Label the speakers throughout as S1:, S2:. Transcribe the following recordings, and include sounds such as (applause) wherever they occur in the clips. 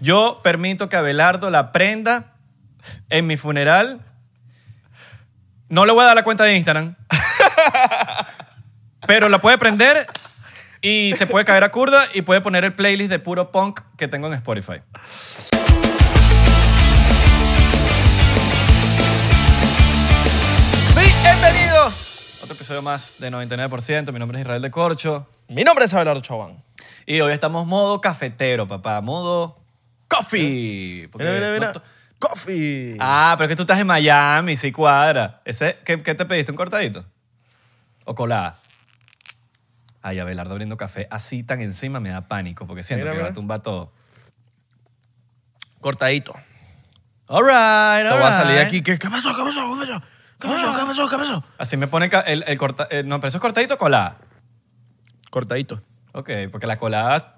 S1: Yo permito que Abelardo la prenda en mi funeral. No le voy a dar la cuenta de Instagram. pero la puede prender y se puede caer a curda y puede poner el playlist de puro punk que tengo en Spotify.
S2: Bienvenidos.
S1: Otro episodio más de 99%. Mi nombre es Israel de Corcho.
S2: Mi nombre es Abelardo Chabán.
S1: Y hoy estamos modo cafetero, papá. Modo coffee. Porque
S2: Mira, mira,
S1: no
S2: mira.
S1: to-
S2: Coffee.
S1: Ah, pero es que tú estás en Miami, sí cuadra. Ese, ¿qué, qué te pediste? ¿Un cortadito? ¿O colada? Ay, Abelardo abriendo café así tan encima me da pánico porque siento
S2: Mira,
S1: que va a
S2: mira.
S1: tumbar todo.
S2: Cortadito.
S1: All right,
S2: Se
S1: all
S2: va a salir de
S1: right.
S2: aquí. ¿Qué, qué pasó? ¿Qué pasó? ¿Qué pasó? ¿Qué pasó? ¿Qué pasó? ¿Qué pasó?
S1: Así me pone ca- el, el corta... eh, no, pero eso es cortadito o colada.
S2: Cortadito.
S1: Ok, porque la colada...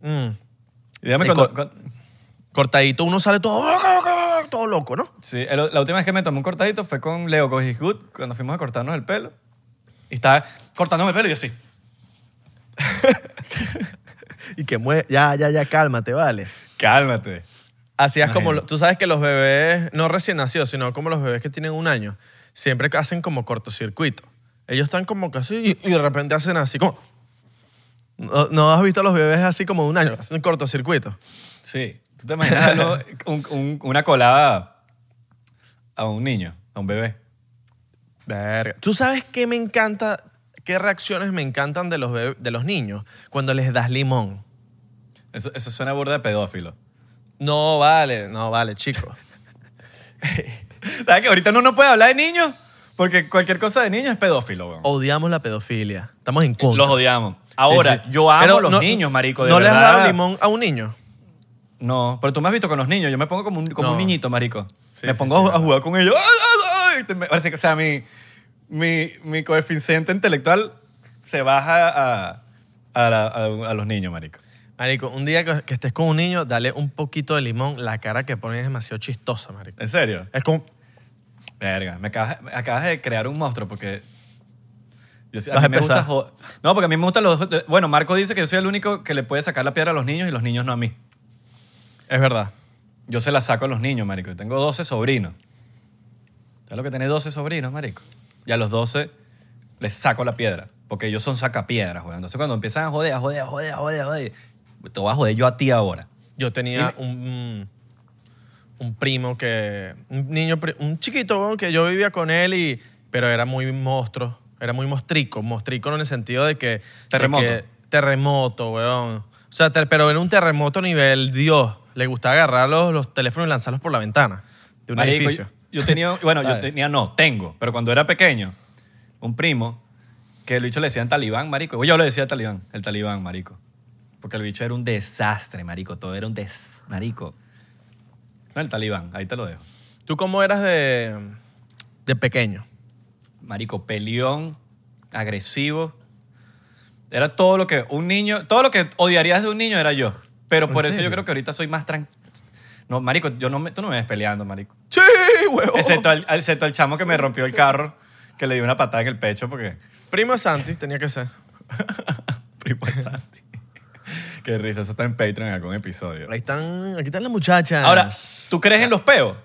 S2: Mm.
S1: Dígame
S2: Y
S1: cuando...
S2: co-
S1: cuando-
S2: Cortadito, uno sale todo, ¡ah, todo loco, ¿no?
S1: Sí, el- la última vez que me tomé un cortadito fue con Leo Good cuando fuimos a cortarnos el pelo. Y estaba cortándome el pelo y yo sí.
S2: Y que mueve. Ya, ya, ya, cálmate, vale.
S1: Cálmate.
S2: Así es como,
S1: Imagínate.
S2: lo- tú sabes que los bebés, no recién nacidos, sino como los bebés que tienen un año, siempre que hacen como cortocircuito. Ellos están como que así y, y de repente hacen así como... ¿No, no has visto a los bebés así como de un año? Hacen cortocircuito.
S1: Sí. ¿Tú te imaginas
S2: (laughs)
S1: algo- un- un- una colada a un niño, a un bebé?
S2: Verga. ¿Tú sabes qué me encanta, qué reacciones me encantan de los, bebé- de los niños cuando les das limón?
S1: Eso, eso suena burda de pedófilo.
S2: No vale, no vale, chico.
S1: ¿Sabes que ahorita uno no puede hablar de niños? Porque cualquier cosa de niños es pedófilo, weón.
S2: Odiamos la pedofilia. Estamos en contra.
S1: Los odiamos. Ahora,
S2: Sí, sí.
S1: yo amo
S2: Pero
S1: los
S2: no-
S1: niños, marico, de
S2: ¿No le has
S1: verdad.
S2: dado limón a un niño?
S1: No, pero tú me has visto con los niños. Yo me pongo como un, como
S2: No.
S1: un niñito, marico.
S2: Sí,
S1: me
S2: sí,
S1: pongo
S2: sí,
S1: a jugar con ellos. ¡Ay, ay, ay! Te- me- Parece que, o sea, mi, mi, mi coeficiente intelectual se baja a, a, la- a- a los niños, marico.
S2: Marico, un día que, que estés con un niño, dale un poquito de limón. La cara que ponen es demasiado chistosa, marico.
S1: ¿En serio?
S2: Es como...
S1: Verga, me acabas, me acabas de crear un monstruo porque... Yo, sí- a
S2: Vas
S1: mí
S2: a
S1: me gusta...
S2: empezar.
S1: jo- No, porque a mí me gustan los... Bueno, Marco dice que yo soy el único que le puede sacar la piedra a los niños y los niños no a mí.
S2: Es verdad.
S1: Yo se la saco a los niños, marico. Yo tengo 12 sobrinos. ¿Sabes lo que tiene 12 sobrinos, marico? Y a los 12 les saco la piedra. Porque ellos son sacapiedras, weón. Entonces cuando empiezan a joder, a joder, a joder, a joder, a joder, te voy a joder yo a ti ahora.
S2: Yo tenía un, un primo que... Un niño, pri- un chiquito, weón, que yo vivía con él y... Pero era muy monstruo. Era muy mostrico. Mostrico en el sentido de que... de
S1: Terremoto.
S2: que- terremoto, weón. O sea, ter- pero era un terremoto nivel Dios. Le gustaba agarrar los, los teléfonos y lanzarlos por la ventana de un
S1: Marico,
S2: edificio.
S1: Yo, yo
S2: (laughs)
S1: tenía, bueno, yo
S2: Dale.
S1: tenía, no, tengo, pero cuando era pequeño, un primo que el bicho le decían talibán, marico. Yo le decía talibán, el talibán, marico. Porque el bicho era un desastre, marico. Todo era un des... marico. No, el talibán, ahí te lo dejo.
S2: ¿Tú cómo eras de, de pequeño?
S1: marico, peleón, agresivo. Era todo lo que un niño, todo lo que odiarías de un niño era yo. Pero
S2: ¿En
S1: por eso
S2: serio?
S1: yo creo que ahorita soy más tranquilo. No, marico, yo no me- tú no me ves peleando,
S2: (laughs)
S1: marico.
S2: Sí, huevo.
S1: Excepto al, al- excepto al chamo que me rompió el carro, que le di una patada en el pecho porque... (laughs)
S2: Primo de Santi, tenía que ser.
S1: Primo de Santi. (laughs) Qué risa, eso está en Patreon en algún episodio.
S2: Ahí están, aquí están las muchachas.
S1: Ahora, ¿tú crees en los peos?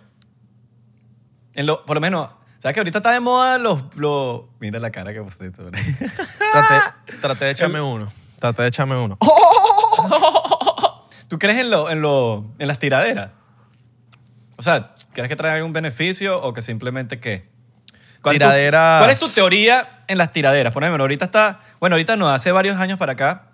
S1: En lo, por lo menos, ¿sabes que ahorita está de moda los... los mira la cara que pusiste. bro.
S2: Traté, traté de echarme uno. Traté de echarme uno.
S1: ¿Tú crees en, lo, en, lo, en las tiraderas? O sea, ¿crees que trae algún beneficio o que simplemente qué? es tu-
S2: Tiraderas.
S1: ¿Cuál es tu teoría en las tiraderas? Por ejemplo, ahorita está, bueno, ahorita no, hace varios años para acá,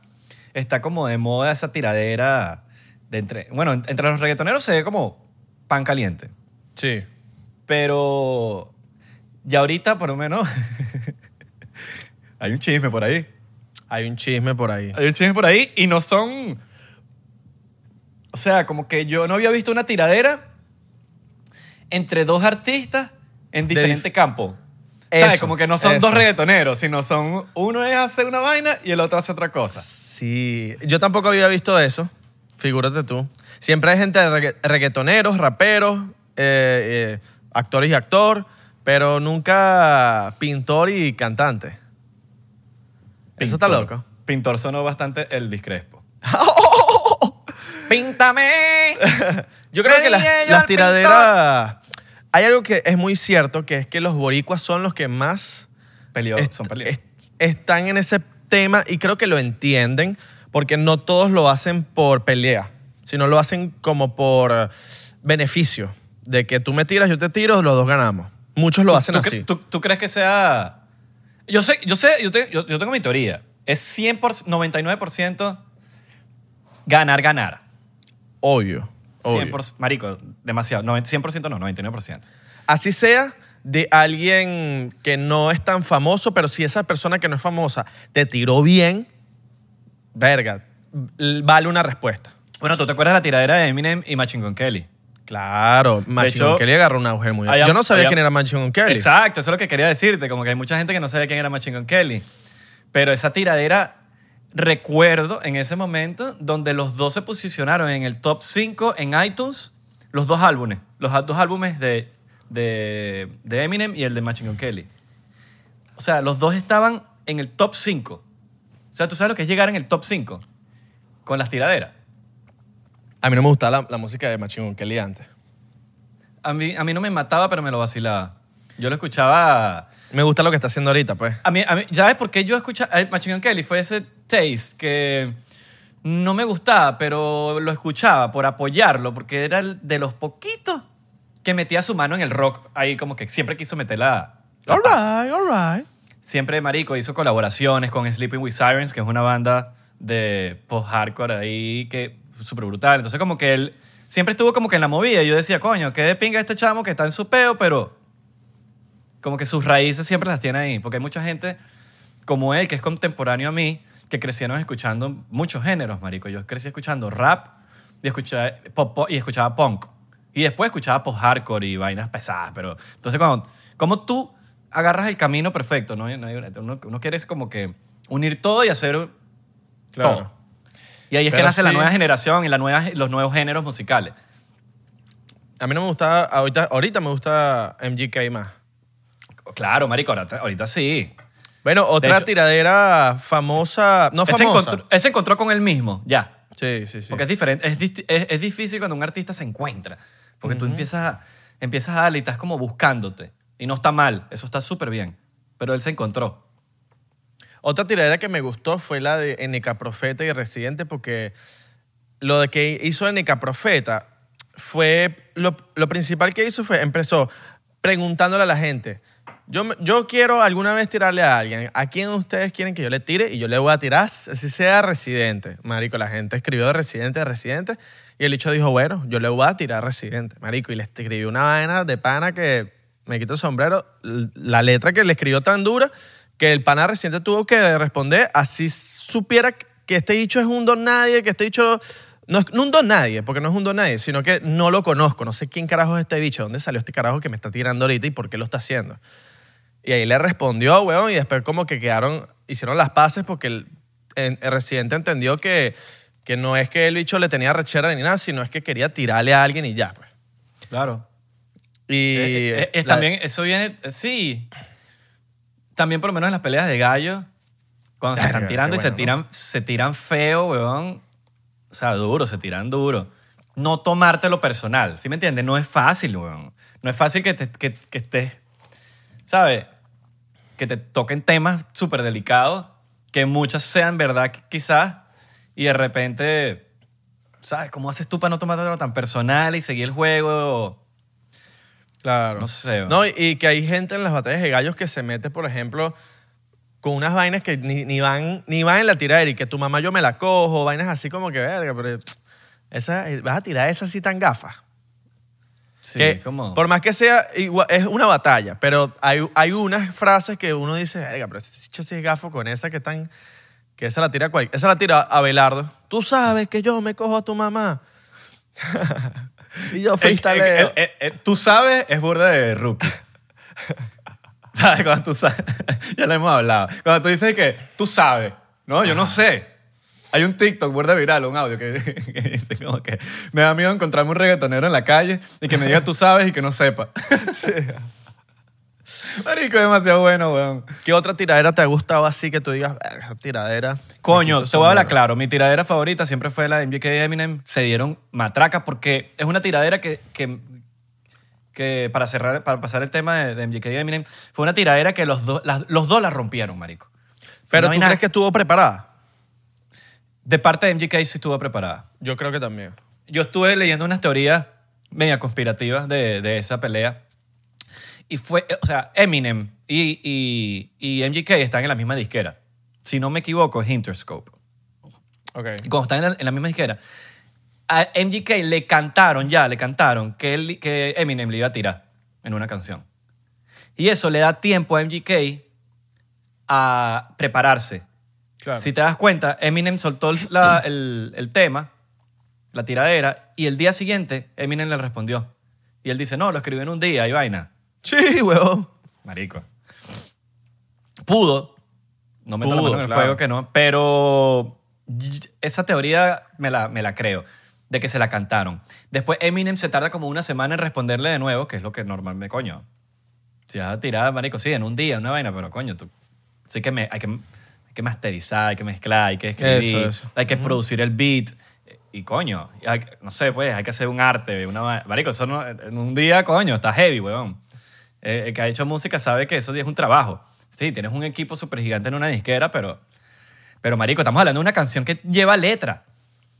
S1: está como de moda esa tiradera de entre, bueno, en- entre los reggaetoneros se ve como pan caliente,
S2: Sí.
S1: pero ya ahorita por lo menos (laughs) hay un chisme por ahí.
S2: Hay un chisme por ahí.
S1: Hay un chisme por ahí y no son. O sea, como que yo no había visto una tiradera entre dos artistas en
S2: De
S1: diferentes
S2: dif-
S1: campos. ¿Sabes?
S2: Eso,
S1: Como que no son
S2: eso.
S1: dos reggaetoneros, sino son. Uno es hace una vaina y el otro hace otra cosa.
S2: Sí. Yo tampoco había visto eso. Figúrate tú. Siempre hay gente de regga- reggaetoneros, raperos, eh, eh, actores y actor, pero nunca pintor y cantante. Eso está
S1: Pintor.
S2: loco. (laughs)
S1: Pintor sonó bastante Elvis Crespo. Píntame.
S2: Yo creo
S1: Le
S2: que las,
S1: dije yo
S2: las
S1: al
S2: tiraderas... Hay algo que es muy cierto, que es que los boricuas son los que más
S1: Peleó,
S2: est-
S1: son peleos.
S2: est- están en ese tema y creo que lo entienden porque no todos lo hacen por pelea, sino lo hacen como por eh, beneficio, de que tú me tiras, yo te tiro, los dos ganamos. Muchos lo hacen
S1: ¿Tú,
S2: así.
S1: cre- tú- tú crees que sea...? Yo sé, yo sé, yo, te- yo- yo tengo mi teoría. Es 100%, 99% ganar, ganar.
S2: obvio. obvio.
S1: 100%, marico, demasiado. No, 100% no, 99%.
S2: Así sea de alguien que no es tan famoso, pero si esa persona que no es famosa te tiró bien, verga, l- vale una respuesta.
S1: Bueno, ¿tú te acuerdas de la tiradera de Eminem y Machine Gun Kelly?
S2: Claro, Machine
S1: hecho,
S2: Gun Kelly agarró un auge muy...
S1: I am-
S2: Yo no sabía
S1: I am-
S2: quién era Machine Gun Kelly.
S1: Exacto, eso es lo que quería decirte, como que hay mucha gente que no sabía quién era Machine Gun Kelly. Pero esa tiradera, recuerdo en ese momento donde los dos se posicionaron en el top 5 en iTunes, los dos álbumes, los dos álbumes de, de, de Eminem y el de Machine Gun Kelly. O sea, los dos estaban en el top 5. O sea, tú sabes lo que es llegar en el top 5 con las tiraderas.
S2: A mí no me gustaba la, la música de Machine Gun Kelly antes.
S1: A mí, a mí no me mataba, pero me lo vacilaba. Yo lo escuchaba...
S2: Me gusta lo que está haciendo ahorita, pues.
S1: A mí, a mí- ¿Sabes por qué yo escuché a Machine Gun Kelly? Fue ese taste que no me gustaba, pero lo escuchaba por apoyarlo, porque era el de los poquitos que metía su mano en el rock. Ahí como que siempre quiso meter la... la
S2: All right, all right.
S1: Siempre Marico hizo colaboraciones con Sleeping with Sirens, que es una banda de post-hardcore ahí que súper brutal. Entonces como que él siempre estuvo como que en la movida. Y yo decía, coño, qué de pinga este chamo que está en su peo, pero como que sus raíces siempre las tiene ahí. Porque hay mucha gente como él, que es contemporáneo a mí, que crecieron escuchando muchos géneros, marico. Yo crecí escuchando rap y escuchaba, pop, pop- y escuchaba punk. Y después escuchaba post-hardcore y vainas pesadas. Pero entonces, cuando, ¿cómo tú agarras el camino perfecto? ¿no? No hay una- Uno, uno quiere es como que unir todo y hacer
S2: Claro.
S1: todo. Y ahí es que
S2: Pero
S1: nace la
S2: sí.
S1: nueva generación y la nueva, los nuevos géneros musicales.
S2: A mí no me gustaba, ahorita, ahorita me gusta MGK más.
S1: Claro, marico, ahorita, ahorita sí.
S2: Bueno, otra
S1: hecho-
S2: tiradera famosa, no
S1: Él se,
S2: famosa.
S1: encontró, él se encontró con él mismo, ya.
S2: Sí, sí, sí.
S1: Porque es diferente, es, disti- es- es difícil cuando un artista se encuentra. Porque tú empiezas a, empiezas a darle y estás como buscándote. Y no está mal, eso está súper bien. Pero él se encontró.
S2: Otra tiradera que me gustó fue la de Eneca Profeta y Residente, porque lo de que hizo Eneca Profeta fue. Lo, lo principal que hizo fue. Empezó preguntándole a la gente. Yo, me- yo quiero alguna vez tirarle a alguien. ¿A quién ustedes quieren que yo le tire? Y yo le voy a tirar, así sea residente. Marico, la gente escribió de residente a residente. Y el hecho dijo, bueno, yo le voy a tirar a residente. Marico, y le escribió una vaina de pana que me quito el sombrero. L- La letra que le escribió tan dura que el pana residente tuvo que responder así supiera que este dicho es un don nadie, que este dicho no es no un don nadie, porque no es un don nadie, sino que no lo conozco, no sé quién carajo es este bicho, dónde salió este carajo que me está tirando ahorita y por qué lo está haciendo. Y ahí le respondió, weón, y después como que quedaron, hicieron las paces porque el, en- el residente entendió que, que no es que el bicho le tenía rechera ni nada, sino es que quería tirarle a alguien y ya, pues.
S1: Claro.
S2: Y
S1: es,
S2: eh, la-
S1: Eh, también, eso viene, eh, sí. También por lo menos en las peleas de gallo, cuando se
S2: Verga,
S1: están tirando
S2: qué
S1: y se,
S2: bueno,
S1: tiran, se tiran feo, weón. O sea, duro, se tiran duro. No tomártelo personal, ¿sí me entiendes? No es fácil, weón. No es fácil que, te- que, que estés, ¿sabes? Que te toquen temas súper delicados, que muchas sean verdad qui- quizás, y de repente, ¿sabes? ¿Cómo haces tú para no tomártelo tan personal y seguir el juego?
S2: Claro.
S1: No sé, ¿no?
S2: No, y, y que hay gente en las batallas de gallos que se mete, por ejemplo, con unas vainas que ni, ni van, ni van en la tiradera y que tu mamá yo me la cojo, vainas así como que, verga, pero esa, vas a tirar esa así tan gafa.
S1: Sí,
S2: que
S1: como...
S2: Por más que sea, igua- es una batalla, pero hay, hay unas frases que uno dice, verga, pero ese chicho sí es gafo con esa que tan... Que esa la tira cual, esa la tira Abelardo. Tú sabes que yo me cojo a tu mamá. (laughs) y yo
S1: El- el-
S2: freestyle.
S1: el- el- el- tú sabes, es burda de rookie. (laughs) ¿Sabes? Cuando tú sabes, (laughs) ya lo hemos hablado. Cuando tú dices que tú sabes, no, yo no sé. Hay un TikTok, burda viral, un audio que, (laughs) que dice como que me da miedo (laughs) encontrarme un reggaetonero en la calle y que me diga tú sabes y que no sepa. Marico, demasiado bueno, weón.
S2: ¿Qué otra tiradera te ha gustado así que tú digas, "Verga, esa tiradera?
S1: Coño, te voy a hablar claro. Mi tiradera favorita siempre fue la de MGK y Eminem. Se dieron matracas porque es una tiradera que, que, que para cerrar, para pasar el tema de, de MGK y Eminem, fue una tiradera que los, dos- las- los dos la rompieron, marico.
S2: Pero
S1: No hay
S2: tú
S1: nada-
S2: crees que estuvo preparada.
S1: De parte de MGK sí estuvo preparada.
S2: Yo creo que también.
S1: Yo estuve leyendo unas teorías media conspirativas de, de esa pelea. Y fue, eh, o sea, Eminem y, y, y MGK están en la misma disquera. Si no me equivoco, es Interscope.
S2: Ok.
S1: Y cuando están en la, en la misma disquera, a MGK le cantaron ya, le cantaron que, él- que Eminem le iba a tirar en una canción. Y eso le da tiempo a MGK a prepararse.
S2: Claro.
S1: Si te das cuenta, Eminem soltó la- el, el tema, la tiradera, y el día siguiente Eminem le respondió. Y él dice, no, lo escribí en un día y vaina.
S2: Sí, huevón.
S1: Marico. Pudo. No meto la
S2: Pudo,
S1: mano en el
S2: claro.
S1: fuego que no. Pero esa teoría me la, me la creo, de que se la cantaron. Después Eminem se tarda como una semana en responderle de nuevo, que es lo que normal me coño. Si vas a tirar, marico, sí, en un día, una vaina, pero coño, tú. Sí que me, hay, que, hay que masterizar, hay que mezclar, hay que escribir,
S2: Eso, eso.
S1: hay que producir el beat. Y coño, hay- no sé, pues, hay que hacer un arte, una va- Marico, eso no- en un día, coño, está heavy, weón. Eh, el que ha hecho música sabe que eso sí es un trabajo. Sí, tienes un equipo súper gigante en una disquera, pero, pero, marico, estamos hablando de una canción que lleva letra.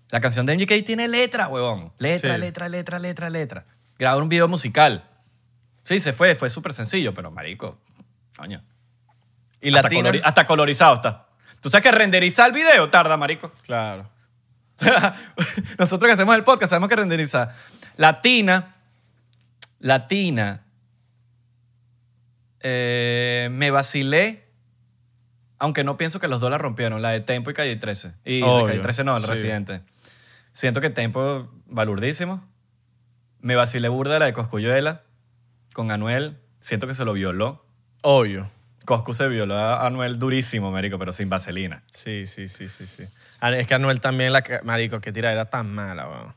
S1: La canción de MGK tiene letra, huevón. Letra,
S2: Sí.
S1: letra, letra, letra, letra. Grabar un video musical. Sí, se fue, fue súper sencillo, pero, marico, coño.
S2: Y
S1: hasta,
S2: latina.
S1: colori- hasta colorizado está. Tú sabes que renderizar el video tarda, marico.
S2: Claro.
S1: O sea, (laughs) Nosotros que hacemos el podcast sabemos que renderizar. Latina, latina, eh, me vacilé, aunque no pienso que los dos la rompieron, la de Tempo y Calle 13. Y la de
S2: Obvio,
S1: Calle 13 no, el
S2: sí.
S1: Residente. Siento que Tempo, balurdísimo. Me vacilé burda la de Coscuyuela con Anuel. Siento que se lo violó.
S2: Obvio.
S1: Coscu se violó a Anuel durísimo, marico, pero sin vaselina.
S2: Sí, sí, sí, sí, sí. Ah, Es que Anuel también, la ca- marico, qué tiradera tan mala, weón.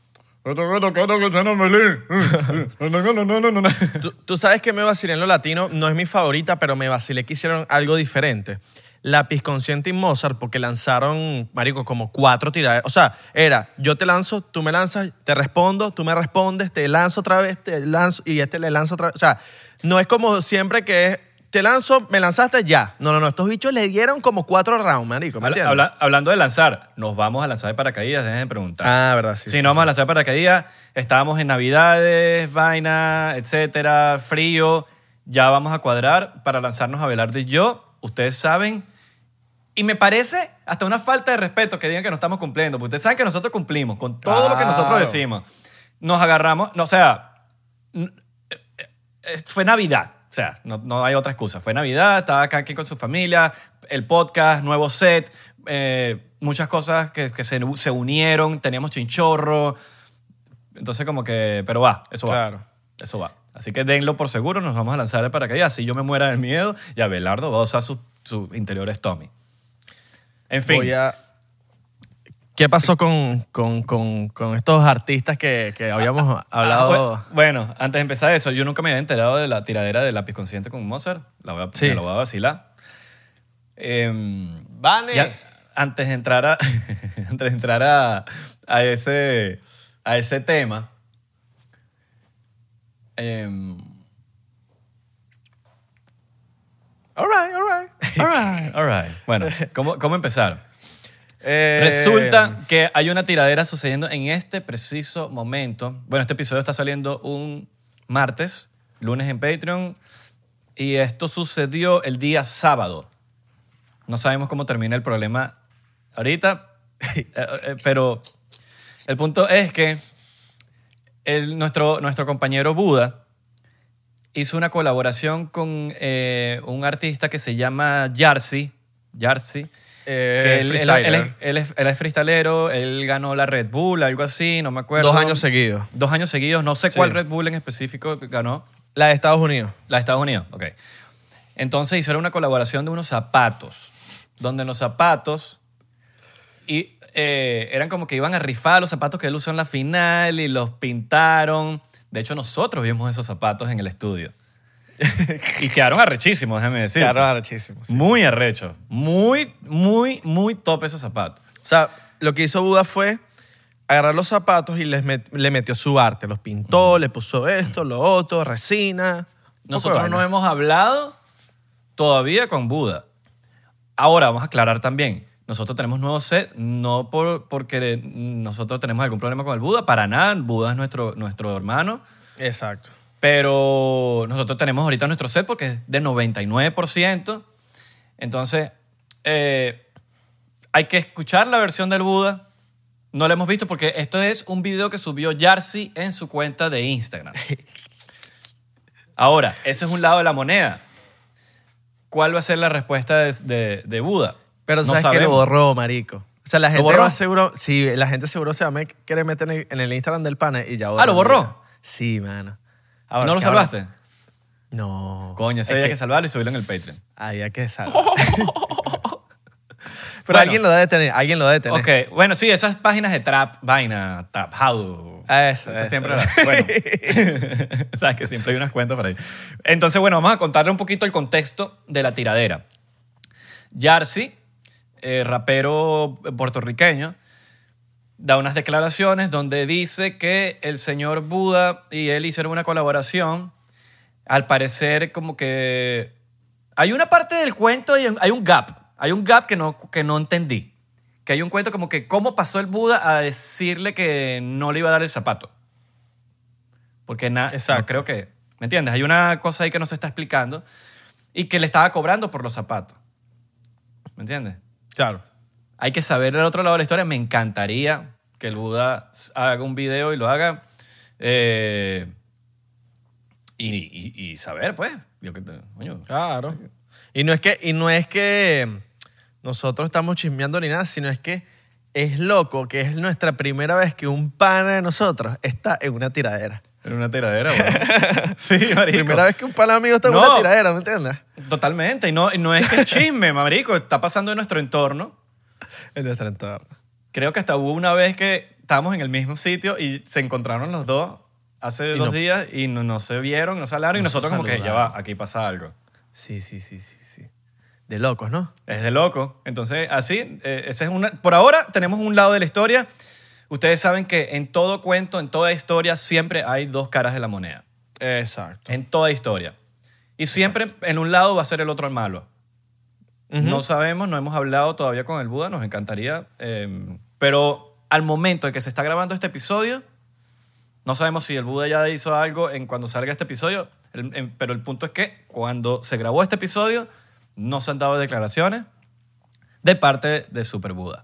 S2: Tú, tú sabes que me vacilé en lo latino, no es mi favorita, pero me vacilé que hicieron algo diferente. Lápiz Consciente y Mozart, porque lanzaron, marico, como cuatro tiraderas. O sea, era, yo te lanzo, tú me lanzas, te respondo, tú me respondes, te lanzo otra vez, te lanzo, y este le lanzo otra vez. O sea, no es como siempre que es, te lanzo, me lanzaste, ya. No, no, no, estos bichos le dieron como cuatro rounds, marico, ¿me
S1: Habla-
S2: entiendes?
S1: habla- hablando de lanzar, nos vamos a lanzar de paracaídas, dejen de preguntar.
S2: Ah, verdad, sí.
S1: si
S2: sí,
S1: no vamos a lanzar de paracaídas, estábamos en navidades, vaina, etcétera, frío, ya vamos a cuadrar para lanzarnos a Belardo y yo, ustedes saben, y me parece hasta una falta de respeto que digan que no estamos cumpliendo, porque ustedes saben que nosotros cumplimos con todo lo que nosotros
S2: Claro.
S1: decimos. Nos agarramos, no, o sea, eh, fue Navidad. O sea, no, no hay otra excusa. Fue Navidad, estaba acá aquí con su familia, el podcast, nuevo set, eh, muchas cosas que, que se, se unieron, teníamos chinchorro. Entonces como que, pero va, eso va.
S2: Claro.
S1: Eso va. Así que denlo por seguro, nos vamos a lanzar de paracaídas. Si "Ah, yo me muera del miedo, y Abelardo va a usar sus su interiores Tommy. En fin. ah,
S2: Voy a- ¿Qué pasó con, con- con- con estos artistas que, que habíamos hablado?
S1: Ah, bue- bueno, antes de empezar eso, yo nunca me había enterado de la tiradera de lápiz consciente con Mozart. La voy a,
S2: Sí.
S1: me la voy a vacilar. Em,
S2: Vane.
S1: ya- antes de entrar a, (laughs) antes de entrar a, a ese, a ese tema, em,
S2: All right, (laughs) all right.
S1: all right, all right. bueno, ¿cómo, cómo empezar?
S2: Eh,
S1: Resulta que hay una tiradera sucediendo en este preciso momento. Bueno, este episodio está saliendo un martes, lunes en Patreon, y esto sucedió el día sábado. No sabemos cómo termina el problema ahorita, (laughs) eh, eh, pero el punto es que el- nuestro, nuestro compañero Buda hizo una colaboración con eh, un artista que se llama Yarsi. Yarsi
S2: eh,
S1: que él, él-
S2: freestyler.
S1: él es, él es- él es freestalero, él ganó la Red Bull, algo así, no me acuerdo.
S2: dos años seguidos.
S1: Dos años seguidos, no sé cuál
S2: Sí.
S1: Red Bull en específico ganó.
S2: La de Estados Unidos.
S1: La de Estados Unidos, ok. Entonces hicieron una colaboración de unos zapatos, donde en los zapatos y, eh, eran como que iban a rifar los zapatos que él usó en la
S2: (laughs)
S1: final y los pintaron. De hecho, nosotros vimos esos zapatos en el estudio. y quedaron arrechísimos, déjame decir.
S2: Claro, arrechísimo. sí.
S1: Muy arrecho. Muy, muy, muy top esos zapatos.
S2: O sea, lo que hizo Buda fue agarrar los zapatos y les met- le metió su arte. Los pintó, le puso esto, lo otro, resina. un poco de
S1: Nosotros no
S2: vaina.
S1: hemos hablado todavía con Buda. Ahora vamos a aclarar también. Nosotros tenemos nuevo set, no por, porque nosotros tenemos algún problema con el Buda, para nada. Buda es nuestro, nuestro hermano.
S2: Exacto.
S1: Pero nosotros tenemos ahorita nuestro set porque es de 99%. Entonces, eh, hay que escuchar la versión del Buda. No la hemos visto porque esto es un video que subió Yarsi en su cuenta de
S2: (laughs)
S1: Instagram. Ahora, eso es un lado de la moneda. ¿Cuál va a ser la respuesta de, de- de Buda?
S2: Pero
S1: no
S2: sabes que lo
S1: sabemos.
S2: borró, marico. O sea, la gente
S1: borró?
S2: va seguro, sí, la gente seguro se va a me- querer meter en el, en el Instagram del pana y ya borró.
S1: Ah, ¿lo
S2: el
S1: borró?
S2: video. Sí, mano.
S1: ¿No
S2: Ahora,
S1: lo
S2: cabrón.
S1: salvaste?
S2: No.
S1: Coño, ese
S2: Es
S1: había que,
S2: que
S1: salvarlo y subirlo en el Patreon.
S2: Había que (laughs) salvar. Pero
S1: Bueno.
S2: alguien lo debe tener, alguien lo debe tener.
S1: Ok, bueno, sí, esas páginas de trap, vaina, trap, how.
S2: Eso,
S1: Esa
S2: eso.
S1: siempre la-
S2: (laughs)
S1: Bueno, (laughs) sabes que siempre hay unas cuentas por ahí. Entonces, bueno, vamos a contarle un poquito el contexto de la tiradera. Yarsi, eh, rapero puertorriqueño, da unas declaraciones donde dice que el señor Buda y él hicieron una colaboración. Al parecer, como que hay una parte del cuento y hay un gap. Hay un gap que no, que no entendí. Que hay un cuento como que cómo pasó el Buda a decirle que no le iba a dar el zapato. Porque nada,
S2: Exacto.
S1: creo que, ¿me entiendes? Hay una cosa ahí que no se está explicando y que le estaba cobrando por los zapatos. ¿Me entiendes?
S2: Claro.
S1: Hay que saber el otro lado de la historia. Me encantaría que el Buda haga un video y lo haga. eh, y, y- y saber, pues. Yo que te- coño.
S2: Claro. Y no es que, y no es que nosotros estamos chismeando ni nada, sino es que es loco que es nuestra primera vez que un pana de nosotros está en una tiradera.
S1: Era una tiradera, weón. (laughs) sí, marico.
S2: (laughs) Primera vez que un pana amigo está en
S1: No.
S2: una tiradera, ¿me entiendes?
S1: Totalmente. Y no, y no es que es chisme, marico. Está pasando en nuestro entorno.
S2: En nuestra entorno.
S1: Creo que hasta hubo una vez que estábamos en el mismo sitio y se encontraron los dos hace
S2: Y
S1: dos
S2: no-
S1: días y no, no se vieron, no se hablaron y
S2: No se
S1: nosotros como que ya
S2: saludaron.
S1: va, aquí pasa algo.
S2: Sí, sí, sí, sí, sí. De locos, ¿no?
S1: Es de loco. Entonces, así, eh, ese es una... Por ahora tenemos un lado de la historia. Ustedes saben que en todo cuento, en toda historia, siempre hay dos caras de la moneda.
S2: Exacto.
S1: En toda historia. Y siempre en un lado va a ser el otro el malo. No sabemos, no hemos hablado todavía con el Buda, nos encantaría. eh, pero al momento en que se está grabando este episodio, no sabemos si el Buda ya hizo algo en cuando salga este episodio, el- en- pero el punto es que cuando se grabó este episodio, no se han dado declaraciones de parte de Super Buda.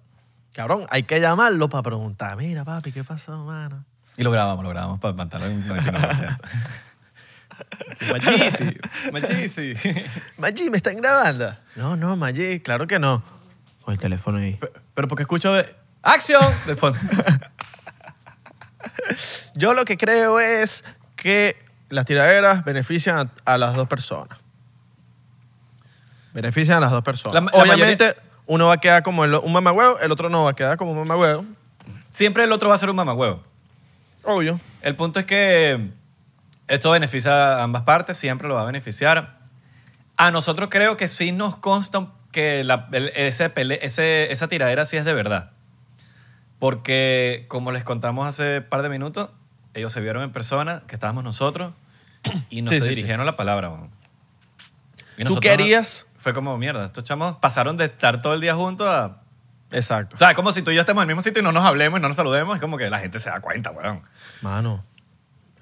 S2: Cabrón, hay que llamarlo para preguntar, mira papi, ¿qué pasó, mano?
S1: Y lo grabamos, lo grabamos para mantenerlo en 99%. Machisi, machisi.
S2: Maggi, ¿me están grabando? No, no, Maggi, claro que no. Con el teléfono ahí.
S1: Pero porque escucho de... ¡Acción! De fondo.
S2: Yo lo que creo es que las tiraderas benefician a, a las dos personas. Benefician a las dos personas.
S1: La ma- la
S2: Obviamente, uno va a quedar como el- un mamagüeo, el otro no va a quedar como un mamagüeo.
S1: Siempre el otro va a ser un mamagüevo.
S2: Obvio.
S1: El punto es que esto beneficia a ambas partes, siempre lo va a beneficiar. A nosotros creo que sí nos consta que la- el- ese pele- ese- esa tiradera sí es de verdad. Porque, como les contamos hace par de minutos, ellos se vieron en persona, que estábamos nosotros, y nos
S2: Sí,
S1: se
S2: sí, sí.
S1: dirigieron la palabra. weón. Y
S2: ¿Tú
S1: nosotros-
S2: querías?
S1: Fue como, mierda, estos chamos pasaron de estar todo el día juntos a...
S2: Exacto.
S1: O sea, es como si tú y yo estemos en el mismo sitio y no nos hablemos y no nos saludemos, es como que la gente se da cuenta, weón.
S2: Mano,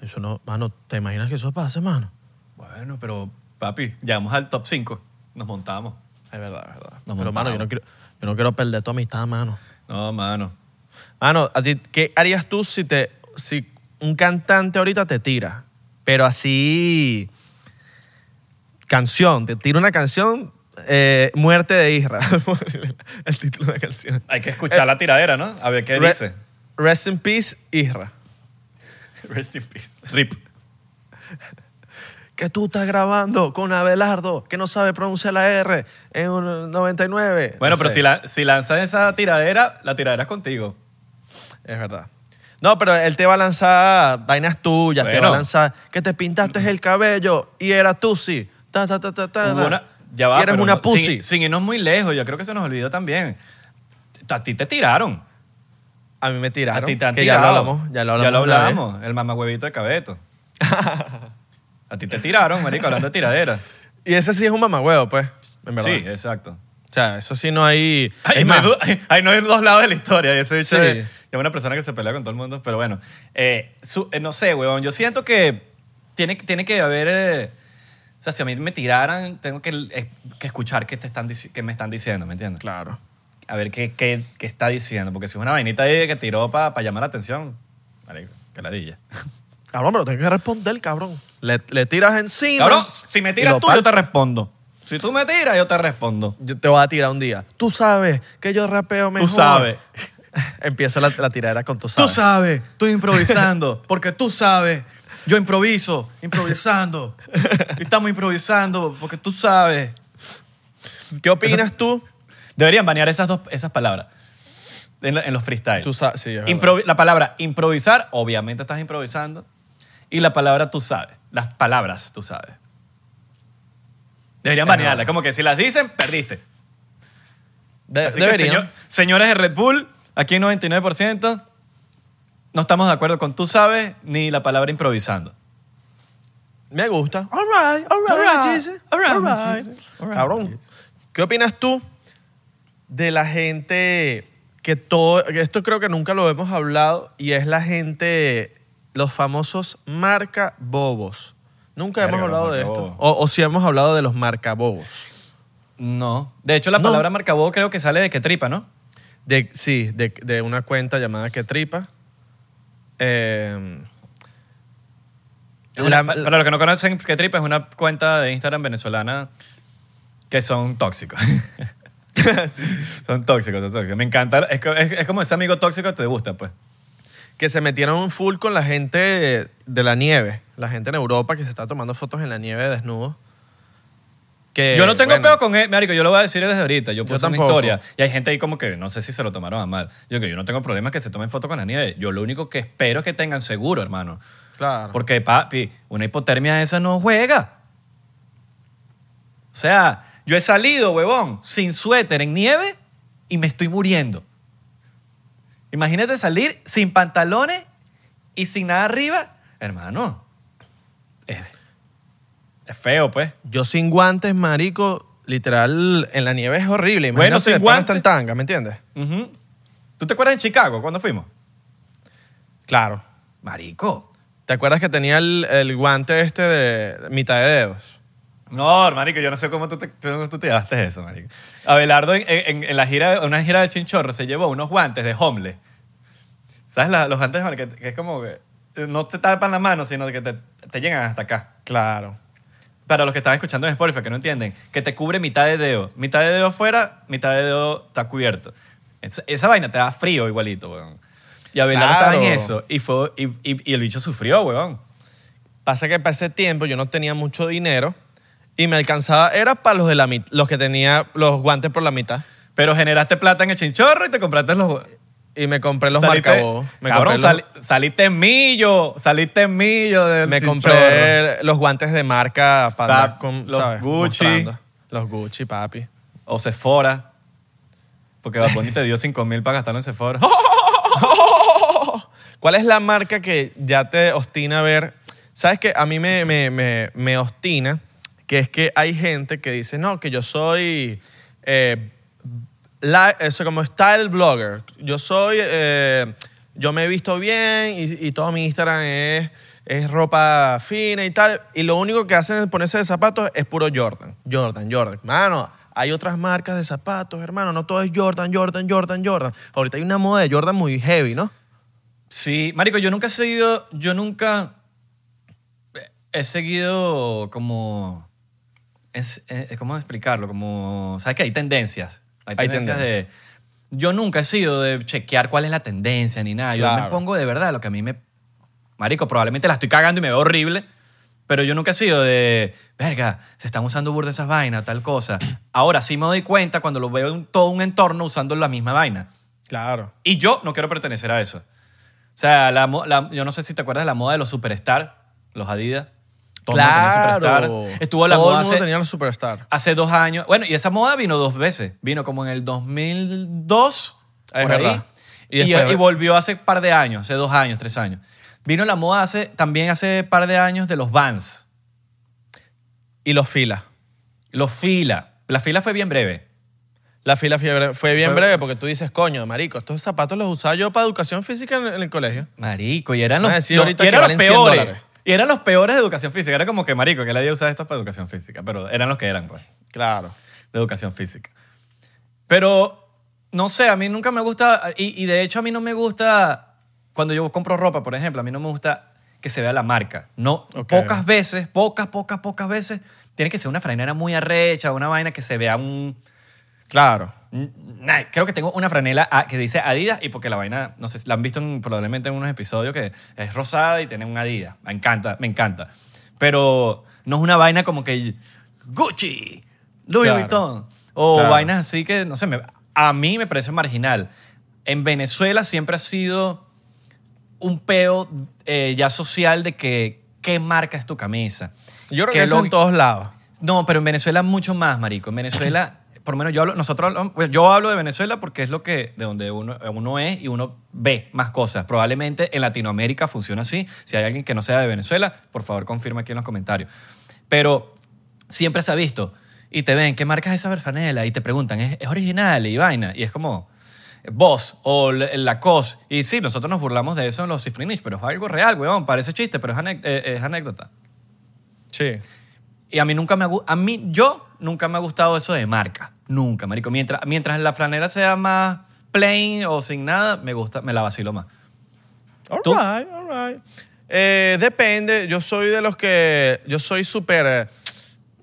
S2: eso no, mano, ¿te imaginas que eso pase, mano?
S1: Bueno, pero papi, llegamos al top 5. Nos montamos.
S2: Es verdad, es verdad.
S1: Nos
S2: Pero, mano,
S1: montamos.
S2: yo no, quiero, yo no quiero perder tu amistad, mano.
S1: No, mano.
S2: Mano, ¿a ti, ¿qué harías tú si, te, si un cantante ahorita te tira? Pero así, canción, te tira una canción, eh, Muerte de Israel, (laughs) el título de la canción.
S1: Hay que escuchar la tiradera, ¿no? A ver qué
S2: Eh, Re-
S1: dice. (laughs)
S2: Rest in Peace, Israel.
S1: Rest in peace. Rip.
S2: Que tú estás grabando con Abelardo, que no sabe pronunciar la R en un 99.
S1: Bueno,
S2: No
S1: pero
S2: sé.
S1: si, la, si lanzas esa tiradera, la tiradera es contigo.
S2: Es verdad. No, pero él te va a lanzar vainas tuyas, te va a
S1: Bueno.
S2: lanzar que te pintaste el cabello y era tú sí. Ta, ta, ta, ta, ta,
S1: Hubo
S2: ta.
S1: una- ya va,
S2: y eres
S1: pero
S2: Ah, una
S1: no-
S2: pussy.
S1: Sin, sin irnos muy lejos, yo creo que se nos olvidó también. A ti te tiraron.
S2: A mí me tiraron.
S1: a ti te han
S2: que
S1: tirado.
S2: Ya lo hablamos. Ya lo hablamos. una vez.
S1: hablamos, el mamahuevito de
S2: (laughs)
S1: cabeto. a ti te tiraron, marico, hablando de tiradera.
S2: Y ese sí es un mamagüeo, pues. En verdad.
S1: Sí, exacto.
S2: O sea, eso sí no hay.
S1: Ahí
S2: es
S1: no, hay,
S2: más,
S1: du- (laughs) ahí- ahí no hay dos lados de la historia. Yo soy dicho
S2: Sí.
S1: de- de una persona que se pelea con todo el mundo, pero bueno. Eh, su- eh, no sé, weón. Yo siento que tiene, tiene que haber... eh, o sea, si a mí me tiraran, tengo que, eh, que escuchar qué, te están, dici- qué me están diciendo, ¿me entiendes?
S2: Claro.
S1: A ver qué, qué, qué está diciendo. Porque si es una vainita ahí que tiró para llamar la atención, marico, que ladilla.
S2: Cabrón, pero tengo que responder, cabrón. Le, le tiras encima.
S1: Cabrón, si me
S2: y
S1: tiras
S2: lo
S1: tú,
S2: par-
S1: yo te respondo. Si tú me tiras, yo te respondo.
S2: yo te voy a tirar un día. Tú sabes que yo rapeo mejor.
S1: sabes.
S2: (laughs) Empieza la, la tiradera con tú sabes.
S1: sabes, tú improvisando, porque tú sabes, yo improviso, improvisando. Estamos improvisando, porque tú sabes.
S2: ¿Qué opinas
S1: Esas-
S2: tú?
S1: Deberían banear esas dos esas palabras en, la- en los freestyles.
S2: Tú sabes. Sí, es verdad.
S1: Improvi- la palabra improvisar, obviamente estás improvisando. Y la palabra tú sabes. Las palabras tú sabes. Deberían
S2: Es
S1: banearla. Como que si las dicen, perdiste.
S2: De-
S1: Así que,
S2: Eh, deberían.
S1: señor- señores de Red Bull, aquí en 99%, no estamos de acuerdo con tú sabes ni la palabra improvisando.
S2: Me gusta. All right, all right,
S1: All right,
S2: Jesus.
S1: all right,
S2: All right.
S1: Jesus. All right,
S2: Cabrón, ¿qué opinas tú de la gente que todo, que esto creo que nunca lo hemos hablado, y es la gente, los famosos marca bobos? Nunca
S1: Verga,
S2: hemos hablado
S1: los
S2: de esto.
S1: marcabobos.
S2: O, o sí hemos hablado de los marca bobos.
S1: No. De hecho, la
S2: No.
S1: palabra marcabó creo que sale de que tripa, ¿no?
S2: De, sí, de, de una cuenta llamada Que Tripa. Eh,
S1: Es una-
S2: la-
S1: para los que no conocen, que tripa es una cuenta de Instagram venezolana que son tóxicos. (laughs) Son tóxicos, son tóxicos. Me encanta. Es, co- es- es como ese amigo tóxico que te gusta, pues.
S2: que se metieron full con la gente de la nieve, la gente en Europa que se está tomando fotos en la nieve desnudo. Que,
S1: yo no tengo
S2: Eh, bueno,
S1: peo con él, marico, yo lo voy a decir desde ahorita. Yo puse una
S2: tampoco.
S1: historia y hay gente ahí como que no sé si se lo tomaron a mal. Yo que yo no tengo problemas que se tomen fotos con la nieve. Yo lo único que espero es que tengan seguro, hermano.
S2: Claro.
S1: Porque, papi, una hipotermia esa no juega. O sea, yo he salido, huevón, sin suéter en nieve y me estoy muriendo. Imagínate salir sin pantalones y sin nada arriba. Hermano, es, es feo, pues.
S2: Yo sin guantes, marico, literal, en la nieve es horrible.
S1: Bueno,
S2: Imagínate
S1: sin
S2: de pana
S1: guantes.
S2: está en tanga, ¿me entiendes?
S1: Ujú. ¿Tú te acuerdas en Chicago cuando fuimos?
S2: Claro.
S1: Marico.
S2: ¿Te acuerdas que tenía el, el guante este de mitad de dedos?
S1: No, marico, yo no sé cómo tú te, tú- tú te llevaste eso, marico. Abelardo en, en- en la gira, en una gira de Chinchorro se llevó unos guantes de homeless. ¿Sabes? la- los guantes de homeless que, que es como que no te tapan la mano, sino que te, te llegan hasta acá.
S2: Claro.
S1: Para los que están escuchando en Spotify que no entienden, que te cubre mitad de dedo. Mitad de dedo afuera, mitad de dedo está cubierto. Esa, esa vaina te da frío igualito, weón. Y Abelardo estaba en
S2: Claro.
S1: eso y, fue, y, y- y el bicho sufrió, weón.
S2: Pasa que para ese tiempo yo no tenía mucho dinero y me alcanzaba, era para los de la mit- los que tenía los guantes por la mitad.
S1: Pero generaste plata en el chinchorro y te compraste los.
S2: Y me compré los
S1: saliste-
S2: marcabobos. Me
S1: Cabrón,
S2: compré los-
S1: sali- saliste en millo. Saliste en millo del
S2: Me
S1: chinchorro.
S2: compré los guantes de marca para andar
S1: Pap-
S2: con,
S1: los
S2: ¿sabes?
S1: Gucci.
S2: mostrando. Los Gucci, papi.
S1: O Sephora. Porque Bad Bunny te dio 5 mil para gastarlo en Sephora.
S2: ¿Cuál es la marca que ya te ostina ver? ¿Sabes que A mí me, me, me, me ostina que es que hay gente que dice, no, que yo soy... eh, la- eso como style blogger. Yo soy... eh, yo me he visto bien y, y todo mi Instagram es, es ropa fina y tal. Y lo único que hacen es ponerse de zapatos es puro Jordan. Jordan, Jordan. Mano, hay otras marcas de zapatos, hermano. No todo es Jordan, Jordan, Jordan, Jordan. Ahorita hay una moda de Jordan muy heavy, ¿no?
S1: Sí, marico, yo nunca he seguido, yo nunca he seguido como, es, es- ¿cómo explicarlo? Como, ¿sabes que Hay tendencias. Hay
S2: Hay
S1: tendencias de... Yo nunca he sido de chequear cuál es la tendencia ni nada. Yo me
S2: Claro.
S1: pongo de verdad lo que a mí me... Marico, probablemente la estoy cagando y me veo horrible, pero yo nunca he sido de, verga, se están usando burda esas vainas, tal cosa. Ahora sí me doy cuenta cuando lo veo en todo un entorno usando la misma vaina.
S2: Claro.
S1: Y yo no quiero pertenecer a eso. O sea, la mo- la- yo no sé si te acuerdas de la moda de los superstar, los Adidas. Todo el mundo tenía
S2: Claro.
S1: superstar. Estuvo la
S2: Todo
S1: moda
S2: el mundo
S1: hace,
S2: tenía los superstar.
S1: hace dos años. Bueno, y esa moda vino dos veces. Vino como en el 2002,
S2: Ah, es
S1: por ahí,
S2: verdad. Y
S1: Y,
S2: después-
S1: y volvió hace par de años, hace dos años, tres años. Vino la moda hace, también hace par de años de los Vans.
S2: Y los filas.
S1: Los fila. La fila fue bien breve.
S2: La fila fiebre- fue bien
S1: Fue-
S2: breve porque tú dices, coño, marico, estos zapatos los usaba yo para educación física en, en el colegio.
S1: Marico, y eran los,
S2: Ah, sí,
S1: los-
S2: ahorita
S1: y
S2: que
S1: eran los
S2: valen 100
S1: peores.
S2: dólares.
S1: Y eran los peores de educación física. Era como que, marico, que la día usaba esto para educación física. Pero eran los que eran, pues,
S2: Claro.
S1: de educación física. Pero, no sé, a mí nunca me gusta, y, y de hecho a mí no me gusta, cuando yo compro ropa, por ejemplo, a mí no me gusta que se vea la marca. No,
S2: Ok.
S1: pocas veces, pocas, pocas, pocas veces, tiene que ser una franela muy arrecha, una vaina que se vea un...
S2: Claro.
S1: Nah, creo que tengo una franela ah, que dice Adidas y porque la vaina, no sé, la han visto en- probablemente en unos episodios que es rosada y tiene un Adidas. Me encanta, me encanta. Pero no es una vaina como que Gucci, Louis
S2: Claro.
S1: Vuitton o
S2: Claro.
S1: vainas así que, no sé, me- a mí me parece marginal. En Venezuela siempre ha sido un peo eh, ya social de que qué marca es tu camisa.
S2: Yo creo
S1: ¿Qué
S2: que eso
S1: log-
S2: en todos lados.
S1: no, pero en Venezuela mucho más, marico. En Venezuela, (clears throat) por lo menos yo hablo, nosotros hablamos- bueno, yo hablo de Venezuela porque es lo que de donde uno, eh, uno es y uno ve más cosas. Probablemente en Latinoamérica funciona así. Si hay alguien que no sea de Venezuela, por favor confirma aquí en los comentarios. Pero siempre se ha visto y te ven qué marca es esa berfanela y te preguntan es, es original y vaina y es como Boss o la- Lacoste. Y sí, nosotros nos burlamos de eso en los Cifrinish, pero es algo real, weón. Parece chiste, pero es anec- eh, es anécdota.
S2: Sí.
S1: Y a mí nunca me ha gu- a mí yo nunca me ha gustado eso de marca, nunca, marico. Mientras mientras la franela sea más plain o sin nada, me gusta, me la vacilo más.
S2: All
S1: ¿Tú?
S2: right, all right. Eh, depende. Yo soy de los que. Yo soy súper. eh,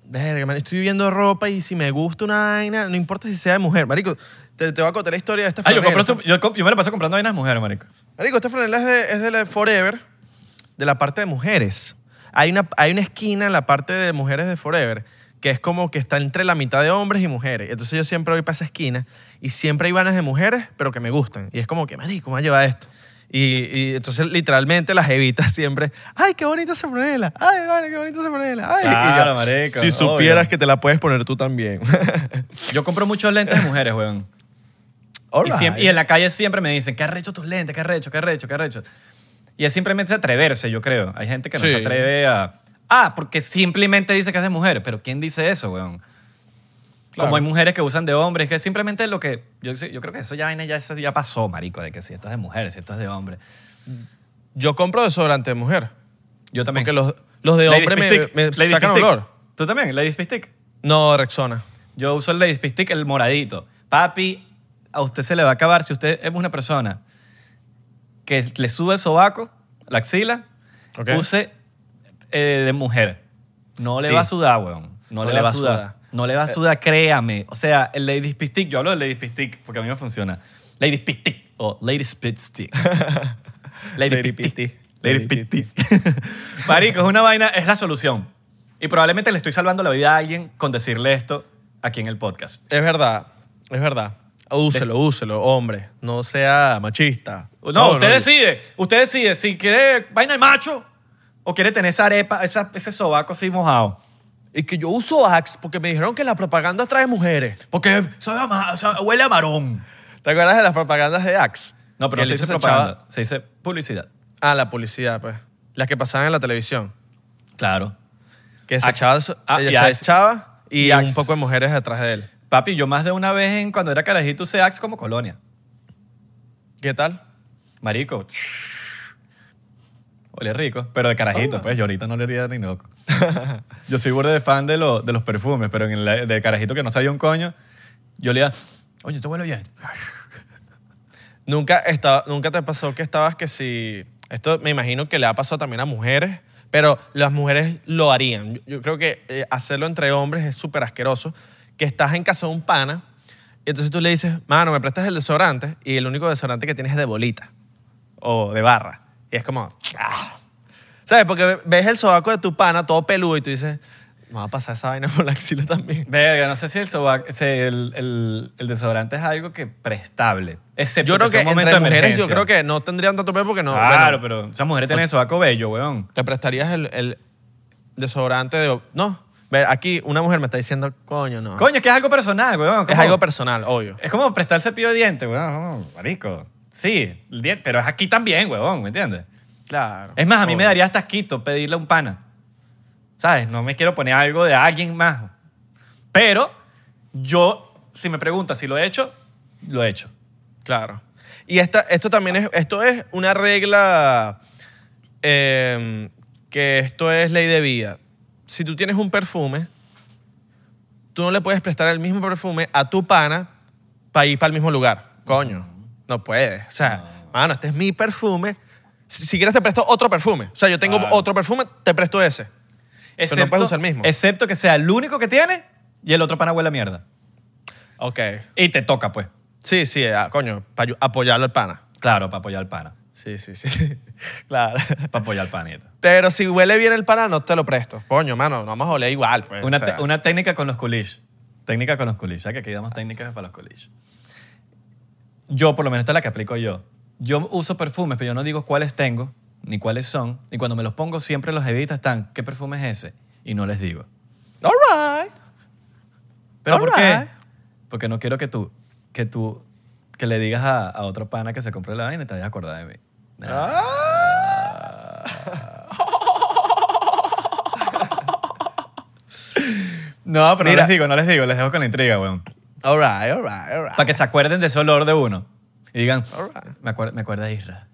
S2: verga, man, estoy viendo ropa y si me gusta una vaina, no importa si sea de mujer. Marico, te, te voy a contar la historia de esta
S1: Ah, yo,
S2: franela.
S1: compro su- yo, comp- yo me la paso comprando vainas de mujeres, marico.
S2: Marico, esta franela es de, es de la Forever, de la parte de mujeres. Hay una, hay una esquina en la parte de mujeres de Forever que es como que está entre la mitad de hombres y mujeres. Entonces yo siempre voy para esa esquina y siempre hay vanas de mujeres, pero que me gustan. Y es como que, marico, me va a llevar esto. Y, y entonces literalmente las evitas siempre. ¡Ay, qué bonita esa franela! ¡Ay, vale, qué bonita esa franela! ¡Ay! Y
S1: Claro, marico,
S2: Si
S1: obvio.
S2: supieras que te la puedes poner
S1: (laughs)
S2: tú también.
S1: Yo compro muchos lentes de mujeres, weón.
S2: All
S1: Y, siempre-
S2: right.
S1: y en la calle siempre me dicen, ¿qué arrecho tus lentes? ¿Qué arrecho? ¿Qué arrecho? ¿Qué arrecho? Y es simplemente atreverse, yo creo. Hay gente que no
S2: Sí.
S1: se atreve a... Ah, porque simplemente dice que es de mujer. Pero ¿quién dice eso, weón?
S2: Claro.
S1: Como hay mujeres que usan de hombres, que simplemente lo que... Yo, yo creo que eso ya, vaina ya, eso ya pasó, marico, de que si esto es de mujeres, si esto es de hombres.
S2: Yo compro desodorante de mujer.
S1: Yo también.
S2: Porque los, los de
S1: Ladies
S2: hombre me,
S1: Pistic,
S2: me
S1: Ladies
S2: sacan
S1: Pistic.
S2: olor.
S1: ¿Tú también? Ladies Pistic.
S2: No, Rexona.
S1: Yo uso el Ladies Pistic, el moradito. Papi, a usted se le va a acabar. Si usted es una persona que le sube el sobaco, la axila,
S2: Ok.
S1: use eh, de mujer. No le
S2: Sí.
S1: va a sudar, weón. No, le, va a sudar. Eh. No le va a sudar, créame. O sea, el Ladies Pistic, yo hablo del Ladies Pistic porque a mí me funciona. Ladies Pistic o Ladies Pistic.
S2: Lady
S1: (laughs) Lady
S2: Piti.
S1: Pitti. Lady
S2: Lady
S1: Pitti. (laughs) Marico, es una vaina, es la solución. Y probablemente le estoy salvando la vida a alguien con decirle esto aquí en el podcast.
S2: Es verdad, es verdad. Úselo, úselo, hombre. No sea machista.
S1: No, usted decide. Usted decide si quiere vaina de macho o quiere tener esa arepa, esa- ese sobaco así mojado.
S2: Y que yo uso Axe porque me dijeron que la propaganda trae mujeres.
S1: Porque sabe a ma- o sea, huele a marón.
S2: ¿Te acuerdas de las propagandas de Axe?
S1: No, pero
S2: Que
S1: no se
S2: el
S1: dice
S2: bicho echaba-
S1: propaganda, se dice publicidad.
S2: Ah, la publicidad, pues. Las que pasaban en la televisión.
S1: Claro.
S2: Que se
S1: Axe.
S2: echaba, su-
S1: Ah,
S2: ella
S1: y
S2: se
S1: Axe.
S2: echaba y,
S1: Y Axe.
S2: un poco de mujeres detrás de él.
S1: Papi, yo más de una vez en, cuando era carajito usé Axe como colonia.
S2: ¿Qué tal?
S1: Marico. Olía rico, pero de carajito,
S2: Ah.
S1: pues yo ahorita no le haría ni loco. (laughs) yo soy burde de fan de, lo- de los perfumes, pero en la- de carajito que no sabía un coño, yo le oye, te huele bien.
S2: Nunca, esta- nunca te pasó que estabas que si. Esto me imagino que le ha pasado también a mujeres, pero las mujeres lo harían. Yo, yo creo que eh, hacerlo entre hombres es súper asqueroso. Que estás en casa de un pana, y entonces tú le dices, mano, me prestas el desodorante, y el único desodorante que tienes es de bolita o de barra. Y es como, "Ah". ¿sabes? Porque ves el sobaco de tu pana todo peludo y tú dices, Me va a pasar esa vaina por la axila también.
S1: Verga, no sé si el, sobac- si el, el- el desodorante es algo que prestable. Excepto
S2: Yo creo
S1: sea
S2: que
S1: un momento
S2: entre
S1: de
S2: mujeres yo
S1: emergencia.
S2: creo que no tendrían tanto peo porque no.
S1: Claro,
S2: bueno, Pues
S1: pero esas mujeres tienen el sobaco bello, weón.
S2: Te prestarías el, el desodorante de... No, ver, aquí una mujer me está diciendo, coño, no.
S1: Coño, es que es algo personal, weón.
S2: Ah. es
S1: como-
S2: algo personal, obvio.
S1: Es como prestar cepillo de dientes, weón. Oh, marico. Sí, el dien- pero es aquí también, weón, ¿me entiendes?
S2: Claro.
S1: Es más, a mí me
S2: Obvio.
S1: daría hasta asquito pedirle a un pana. ¿Sabes? No me quiero poner algo de alguien más. Pero yo, si me preguntas si lo he hecho, lo he hecho.
S2: Claro. Y esta, esto también es, esto es una regla eh, que esto es ley de vida. Si tú tienes un perfume, tú no le puedes prestar el mismo perfume a tu pana para ir para el mismo lugar. Coño, no puedes. O sea, mano, este es mi perfume. Si, si quieres te presto otro perfume. O sea, yo tengo
S1: Claro.
S2: otro perfume, te presto ese. Pero no puedes usar el mismo.
S1: Excepto que sea el único que tiene y el otro pana huele a mierda.
S2: Ok.
S1: Y te toca, pues.
S2: Sí, sí, ah, coño, para apoyarlo al pana.
S1: Claro, para apoyar al pana.
S2: Sí, sí, sí. (laughs) claro.
S1: Para apoyar al panita.
S2: Pero si huele bien el pana, no te lo presto. Coño, mano, no vamos a oler igual. Pues,
S1: Una,
S2: o sea.
S1: te- una técnica con los culiches. Técnica con los culiches. ¿Sabes que aquí damos técnicas para los culiches? Yo, por lo menos, esta es la que aplico yo. Yo uso perfumes, pero yo no digo cuáles tengo, ni cuáles son. Y cuando me los pongo, siempre los evitas están, ¿qué perfume es ese? Y no les digo.
S2: All right.
S1: ¿Pero por qué?
S2: Alright.
S1: Porque no quiero que tú, que tú, que le digas a, a otro pana que se compre la vaina y te vayas a acordar de mí.
S2: Ah.
S1: No, pero
S2: Mira.
S1: no les digo, no les digo, les dejo con la intriga, weón.
S2: All right, all right, all right.
S1: Para que se acuerden de ese olor de uno. Y digan,
S2: Alright.
S1: me, acuer- me acuerda de Isra.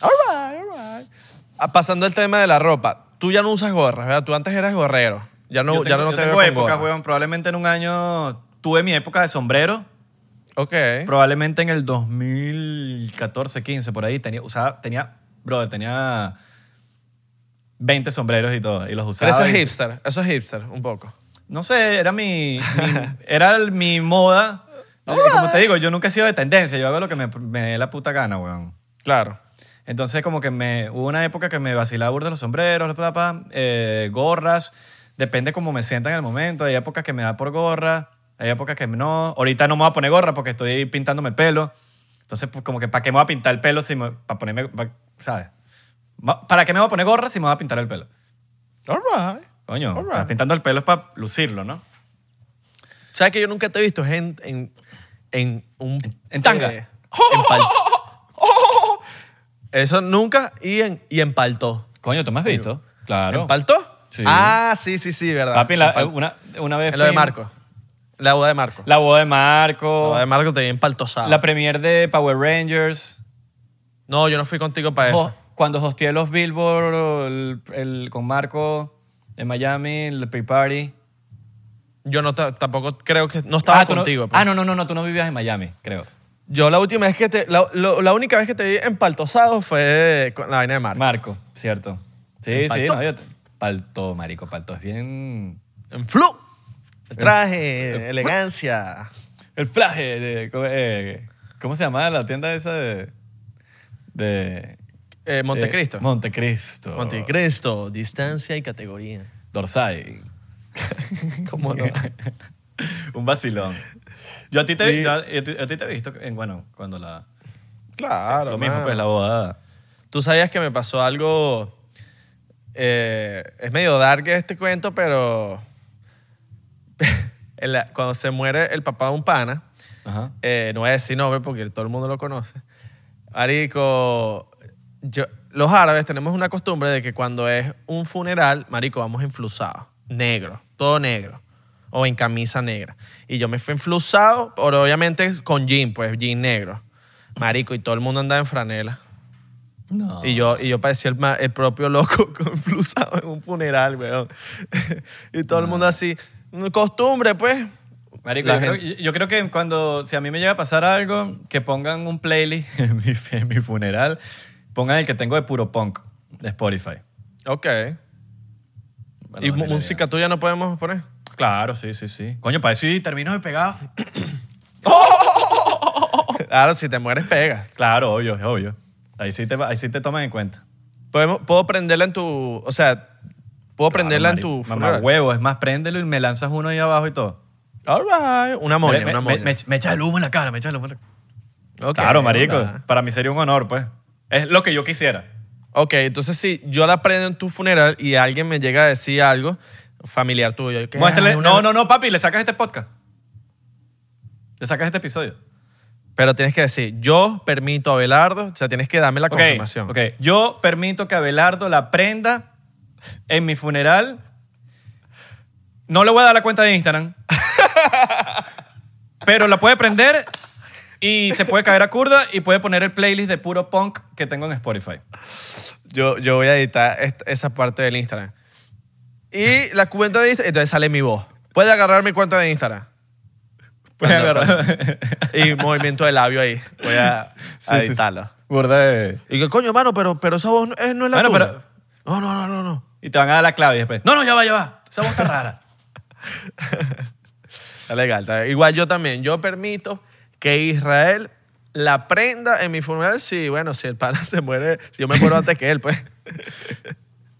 S2: All right, all right. Ah, Pasando al tema de la ropa. Tú ya no usas gorras, ¿verdad? Tú antes eras gorrero. Ya no,
S1: yo
S2: ya
S1: tengo,
S2: no
S1: yo
S2: te
S1: tengo
S2: veo con
S1: épocas,
S2: gorra.
S1: weón. Probablemente en un año tuve mi época de sombrero.
S2: Ok.
S1: Probablemente en el 2014, 15, por ahí, tenía, usaba, tenía, brother, tenía 20 sombreros y todo, y los
S2: Pero
S1: usaba.
S2: eso es
S1: y-
S2: hipster. Eso es hipster, un poco.
S1: No sé, era mi, (laughs) mi- era el- mi
S2: (laughs)
S1: moda. Como te digo, yo nunca he sido de tendencia, yo hago lo que me, me dé la puta gana, weón.
S2: Claro.
S1: Entonces como que me, hubo una época que me vacilaba burda los sombreros, la papa, eh, gorras, depende cómo me sienta en el momento, hay épocas que me da por gorra, hay épocas que no, ahorita no me voy a poner gorra porque estoy pintándome el pelo, entonces pues, como que ¿para qué me voy a pintar el pelo si me, para ponerme, pa- ¿sabes? Ma- ¿Para qué me voy a poner gorra si me voy a pintar el pelo?
S2: All right.
S1: Coño,
S2: Alright.
S1: estás pintando el pelo es para lucirlo, ¿no?
S2: ¿Sabes que yo nunca te he visto en, en, en un...
S1: en tanga.
S2: eh, en
S1: (laughs)
S2: pal- Eso nunca. Y en, y en palto.
S1: Coño, ¿tú me has visto? Claro.
S2: ¿En palto?
S1: Sí.
S2: Ah, sí, sí, sí, verdad.
S1: Papi, la-
S2: En palto.
S1: una, una vez...
S2: En lo de
S1: fui-
S2: Marco. La boda de Marco. La,
S1: La boda de Marco.
S2: boda de Marco te vi empaltosado.
S1: La premier de Power Rangers.
S2: No, yo no fui contigo para
S1: Jo-
S2: eso.
S1: cuando hosteé los Billboard el- el- con Marco en Miami, el pre-party.
S2: Yo no ta- tampoco creo que... No estaba
S1: Ah, tú no-
S2: contigo. pues.
S1: ah, no, no, no, no, tú no vivías en Miami, creo.
S2: Yo la última vez que te... La, lo- la única vez que te vi empaltosado fue con la vaina de Marco.
S1: Marco, cierto. Sí,
S2: En
S1: sí,
S2: palto.
S1: no, yo te- palto, marico, palto. Es bien...
S2: en flu. Traje, elegancia.
S1: El flaje de... ¿cómo, eh, ¿Cómo se llamaba la tienda esa de... de
S2: Eh, Montecristo.
S1: eh, Montecristo.
S2: Montecristo, distancia
S1: (laughs)
S2: y categoría.
S1: Dorsay.
S2: ¿Cómo no?
S1: (laughs) Un vacilón. Yo a ti te,
S2: Sí.
S1: yo a- yo a ti- a ti te he visto, en, bueno, cuando la...
S2: Claro,
S1: lo mismo,
S2: mano.
S1: pues la boda.
S2: Tú sabías que me pasó algo. eh, es medio dark este cuento, pero. (laughs) en la- cuando se muere el papá de un pana,
S1: Ajá.
S2: eh, no voy a decir nombre porque todo el mundo lo conoce. Marico, yo- los árabes tenemos una costumbre de que cuando es un funeral, Marico, vamos enflusados, negro, todo negro, o en camisa negra. Y yo me fui enflusado, pero obviamente con jean, pues jean negro. Marico, y todo el mundo andaba en franela.
S1: No.
S2: Y yo, y yo parecía el, ma- el propio loco (laughs) con flusado en un funeral, weón. (laughs) y todo el mundo así, "Mm, costumbre, pues.
S1: Marico,
S2: La
S1: yo creo,
S2: gente-
S1: yo- yo creo que cuando, si a mí me llega a pasar algo, que pongan un playlist (laughs) en mi, en mi funeral, pongan el que tengo de puro punk, de Spotify.
S2: Ok.
S1: Bueno,
S2: ¿Y mu-
S1: vacile bien.
S2: música tuya no podemos poner?
S1: Claro, sí, sí, sí. Coño, para eso y termino de pegado. Oh.
S2: (laughs) Claro, si te mueres, pega.
S1: Claro, obvio, es obvio. Ahí sí, te, ahí sí te toman en cuenta.
S2: Podemos, puedo prenderla en tu. O sea, Puedo prenderla en
S1: marico.
S2: tu
S1: Mamá
S2: funeral.
S1: huevo, es más, préndelo y me lanzas uno ahí abajo y todo.
S2: All right. Una moña,
S1: me,
S2: una
S1: me-
S2: moña.
S1: me- me echas el humo en la cara, me echas el humo en la cara.
S2: Ok,
S1: claro, marico.
S2: hola.
S1: Para mí sería un honor, pues. Es lo que yo quisiera.
S2: Ok, entonces si yo la prendo en tu funeral y alguien me llega a decir algo, familiar tuyo. que,
S1: Muéstrale.
S2: "Ay, una-
S1: No, no, no, papi, le sacas este podcast. Le sacas este episodio.
S2: Pero tienes que decir, yo permito a Abelardo, o sea, tienes que darme la
S1: Ok,
S2: confirmación.
S1: ok. Yo permito que Abelardo la prenda en mi funeral. No le voy a dar la cuenta de Instagram. (laughs) pero la puede prender y se puede caer a curda y puede poner el playlist de puro punk que tengo en Spotify.
S2: Yo, yo voy a editar est- esa parte del Instagram. Y la cuenta de Instagram, entonces sale mi voz. Puede agarrar mi cuenta de Instagram.
S1: Puede
S2: Cuando-
S1: agarrar.
S2: Y movimiento de labio ahí. Voy a, a editarlo.
S1: Burda de-
S2: Y que, coño, mano, pero, pero esa voz no es, no es la
S1: Bueno,
S2: tuya".
S1: pero-
S2: No, no, no, no, no.
S1: Y te van a dar la clave y después. No, no, ya va, ya va. Esa voz está rara.
S2: Está legal. está- Igual yo también. Yo permito que Israel la prenda en mi funeral si, bueno, si el pana se muere, si yo me muero antes que él, pues.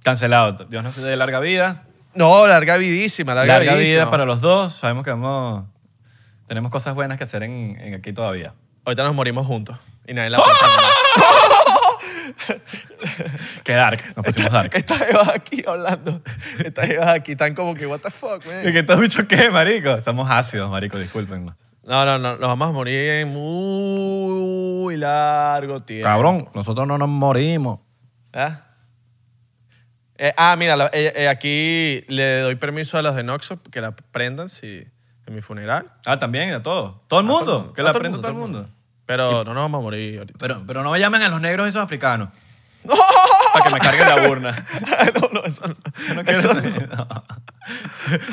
S1: Cancelado. Dios nos dé larga vida.
S2: (laughs) No, larga vidísima, larga,
S1: Larga,
S2: vidísima.
S1: vida para los dos. Sabemos que vamos, tenemos cosas buenas que hacer en, en aquí todavía.
S2: Ahorita nos morimos juntos. Y nadie la pasa.
S1: Qué dark. Nos pusimos (laughs)
S2: (laughs)
S1: dark.
S2: Estas jevas aquí hablando. Estas jevas aquí están como que, what the fuck, man.
S1: ¿Y que estás dicho qué, marico? Estamos ácidos, marico, discúlpenme.
S2: No, no, no, nos vamos a morir en muy largo tiempo.
S1: Cabrón, nosotros no nos morimos.
S2: ¿Ah? Eh, ah, mira, la- eh, eh, aquí le doy permiso a los de Noxo que la prendan si, en mi funeral.
S1: Ah, también, a todos. Ah, Todo el
S2: A
S1: mundo.
S2: todo
S1: que
S2: a
S1: la aprenda todo el mundo.
S2: Pero no nos vamos a morir (laughs) ahorita.
S1: Pero, pero no me llamen a los negros esos (laughs) africanos. Para que me carguen la urna.
S2: no, no, eso no.
S1: (laughs) Yo no quiero-
S2: Eso no.
S1: No. (laughs)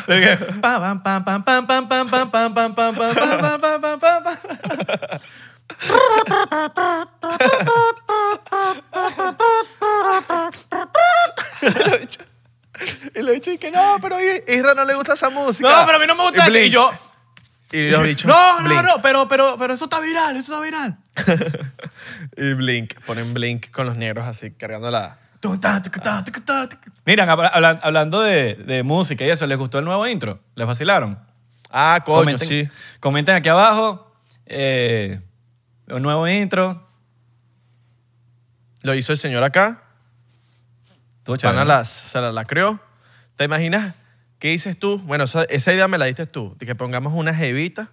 S1: De que, pa, pam, pam, pam, pam, pam, pam, pam, pam, pam, pam, pam, pam, pam, pam, pam, pam.
S2: Y los bichos y que no, pero I- Isra no le gusta esa música.
S1: No, pero a mí no me gusta.
S2: Y,
S1: Y
S2: Blink.
S1: yo,
S2: Y los bichos.
S1: no, no,
S2: Blink.
S1: no, pero, pero, pero eso está viral, eso está viral.
S2: Y Blink. Ponen Blink con los negros así, cargando la.
S1: Tum, ta, tuc, ta, tuc, ta, tuc. Miran, habla- habla- hablando de, de música y eso, ¿les gustó el nuevo intro? ¿Les vacilaron?
S2: Ah, coño,
S1: comenten,
S2: sí.
S1: comenten aquí abajo eh, un nuevo intro.
S2: Lo hizo el señor acá.
S1: Estuvo chévere,
S2: Pana
S1: ¿no?
S2: la, se la, la creó. ¿Te imaginas? ¿Qué dices tú? Bueno, esa, esa idea me la diste tú. De que pongamos una jevita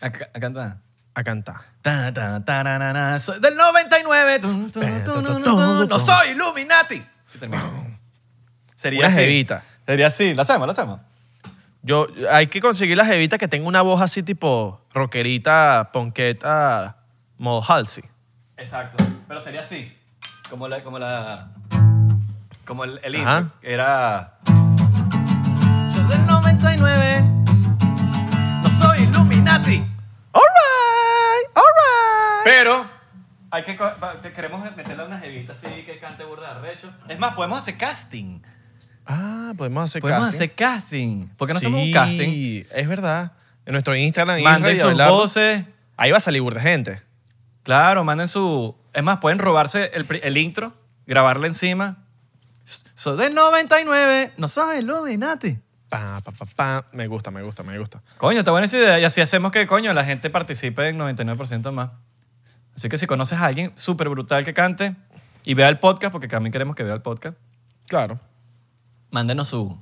S1: Acá, acá está.
S2: a cantar.
S1: Ta, ta, ta, na, na, na, soy del 99. tu, tu, tu, tu, tu, tu, no soy Illuminati. Y termina.
S2: Una
S1: así.
S2: jevita.
S1: Sería así. La hacemos, la hacemos.
S2: Yo, hay que conseguir la jevita que tenga una voz así tipo rockerita, ponqueta, modo Halsey.
S1: Exacto. Pero sería así. Como la. Como, la, como el, el
S2: Ajá.
S1: intro. Era. Soy del 99. No soy Illuminati.
S2: All right, all right.
S1: Pero. Hay que, co- pa- te- queremos meterle una jevita así que cante burda de arrecho. Es más, podemos hacer casting.
S2: Ah, podemos hacer
S1: Podemos
S2: casting.
S1: hacer casting. ¿Por qué no hacemos
S2: Sí,
S1: un casting?
S2: es verdad. En nuestro Instagram,
S1: Manden
S2: Israel y
S1: sus
S2: Abelardo,
S1: voces.
S2: ahí va a salir burda de gente.
S1: Claro, manden su. Es más, pueden robarse el, pri- el intro, grabarle encima. S- Soy del 99, no sabes, Illuminati.
S2: Pa, pa, pa, pa. Me gusta, me gusta, me gusta.
S1: Coño, está buena esa idea. Y así hacemos que, coño, la gente participe en 99% más. Así que si conoces a alguien súper brutal que cante y vea el podcast, porque también queremos que vea el podcast,
S2: Claro.
S1: mándenos su,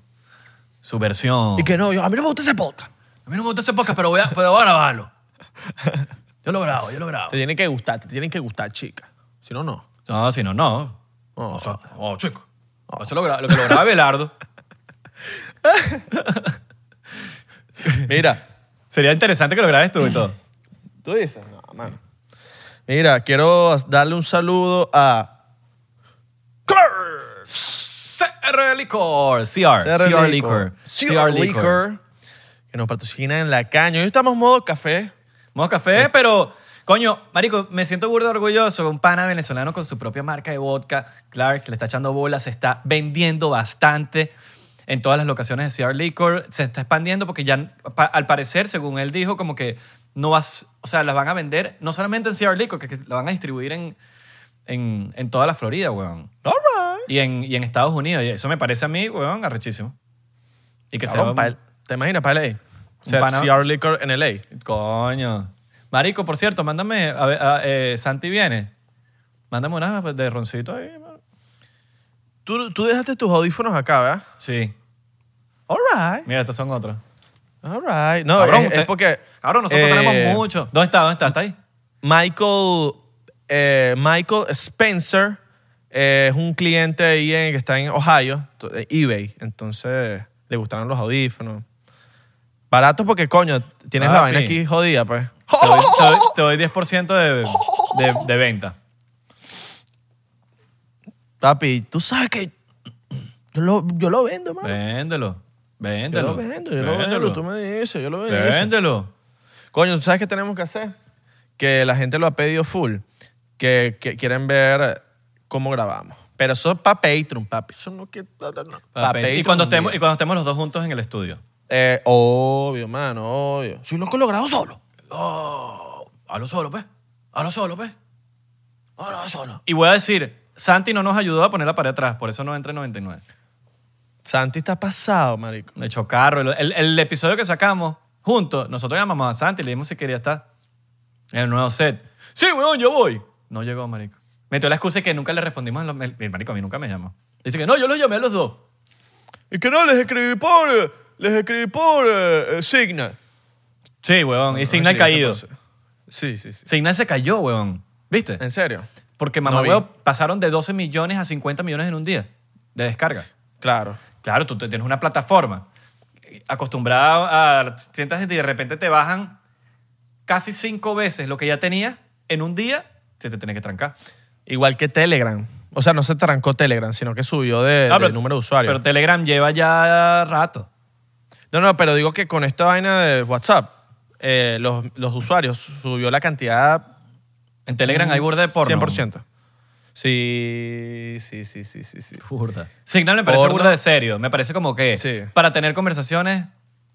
S1: su versión.
S2: Y que no, yo, a mí no me gusta ese podcast.
S1: A mí no me gusta ese podcast, pero voy a, pero voy a grabarlo. Yo lo grabo, yo lo grabo.
S2: Te tienen que gustar, te tienen que gustar, chica. Si no, no.
S1: No, si no, no.
S2: Oh. (laughs)
S1: O sea, oh, chico. Eso lo, gra- lo que lo graba Belardo.
S2: Mira,
S1: Sería interesante que lo grabes tú y (sniffs) todo.
S2: tú dices, no, mano. Mira, quiero darle un saludo a
S1: CR Licor. CR.
S2: CR
S1: CR Licor.
S2: CR Liquor, que nos patrocina en la caña. Hoy estamos modo café.
S1: Vamos café, pero. Coño, marico, me siento burdo orgulloso. Un pana venezolano con su propia marca de vodka. Clark se le está echando bola, se está vendiendo bastante en todas las locaciones de CR Liquor. Se está expandiendo porque ya, pa- al parecer, según él dijo, como que no vas. O sea, las van a vender no solamente en CR Liquor, que, que la van a distribuir en, en, en toda la Florida, weón.
S2: All
S1: Y en, y en Estados Unidos. Y eso me parece a mí, weón, arrechísimo. Y que
S2: Cabrón,
S1: se
S2: pa- ¿Te imaginas para LA? O sea,
S1: pana-
S2: CR Liquor en LA.
S1: Coño. Marico, por cierto, mándame. A ver, a- eh, Santi viene. Mándame unas de roncito ahí. man.
S2: Tú, tú dejaste tus audífonos acá, ¿verdad?
S1: Sí.
S2: All right.
S1: Mira, estas son otras.
S2: All right. No, es, es
S1: usted-
S2: porque...
S1: Cabrón, nosotros
S2: eh,
S1: tenemos mucho. ¿Dónde está? ¿Dónde está? ¿Está ahí?
S2: Michael, eh, Michael Spencer eh, es un cliente ahí en- que está en Ohio, to- eh, eBay. Entonces, le gustaron los audífonos. Baratos porque, coño, tienes la
S1: Papi.
S2: vaina aquí jodida, pues.
S1: Te doy, te doy- te doy 10% de, de, de venta.
S2: Papi, tú sabes que yo lo, yo lo vendo, mano.
S1: Véndelo.
S2: Yo
S1: Véndelo.
S2: lo vendo, yo lo vendo. Tú me dices, yo lo vendo.
S1: Véndelo.
S2: Coño, ¿tú sabes qué tenemos que hacer? Que la gente lo ha pedido full. Que, que quieren ver cómo grabamos. Pero eso es para Patreon, papi. Eso no que... no, no, no. Pa'
S1: Papel. Y
S2: Patreon
S1: cuando,
S2: un
S1: estemos, y
S2: día.
S1: cuando estemos los dos juntos en el estudio.
S2: Eh, obvio, mano, obvio. Soy loco lo grabo solo.
S1: Hazlo solo, pues. Hazlo solo, pues.
S2: No, no, solo.
S1: Y voy a decir, Santi no nos ayudó a poner la pared atrás, por eso no entra en 99.
S2: Santi está pasado, marico.
S1: Me echó carro. El, el- el episodio que sacamos juntos, nosotros llamamos a Santi y le dimos si quería estar en el nuevo set. Sí, weón, yo voy. No llegó, marico. Metió la excusa de que nunca le respondimos. a los- el- el marico, a mí nunca me llamó. Dice que no, yo los llamé a los dos.
S2: Y que no, les escribí por... eh, Les escribí por eh, eh, Signal.
S1: Sí, weón. Y Signal
S2: Escribí
S1: caído.
S2: por- Sí, sí, sí.
S1: Signal se cayó, weón. ¿Viste?
S2: ¿En serio?
S1: Porque mamá,
S2: Eh, No vi.
S1: weón, pasaron de 12 millones a 50 millones en un día de descarga.
S2: Claro.
S1: Claro, tú te- tienes una plataforma acostumbrada a cientos y de repente te bajan casi cinco veces lo que ya tenías en un día, se te tiene que trancar.
S2: Igual que Telegram. O sea, no se trancó Telegram, sino que subió de,
S1: Ah,
S2: de número de usuario.
S1: Pero Telegram lleva ya rato.
S2: No, no, pero digo que con esta vaina de WhatsApp, eh, los, los usuarios subió la cantidad.
S1: En Telegram hay burda de porno.
S2: 100%. Sí, sí, sí, sí, sí. sí.
S1: Burda. Signal me parece
S2: Porno.
S1: burda de serio. Me parece como que
S2: Sí.
S1: para tener conversaciones,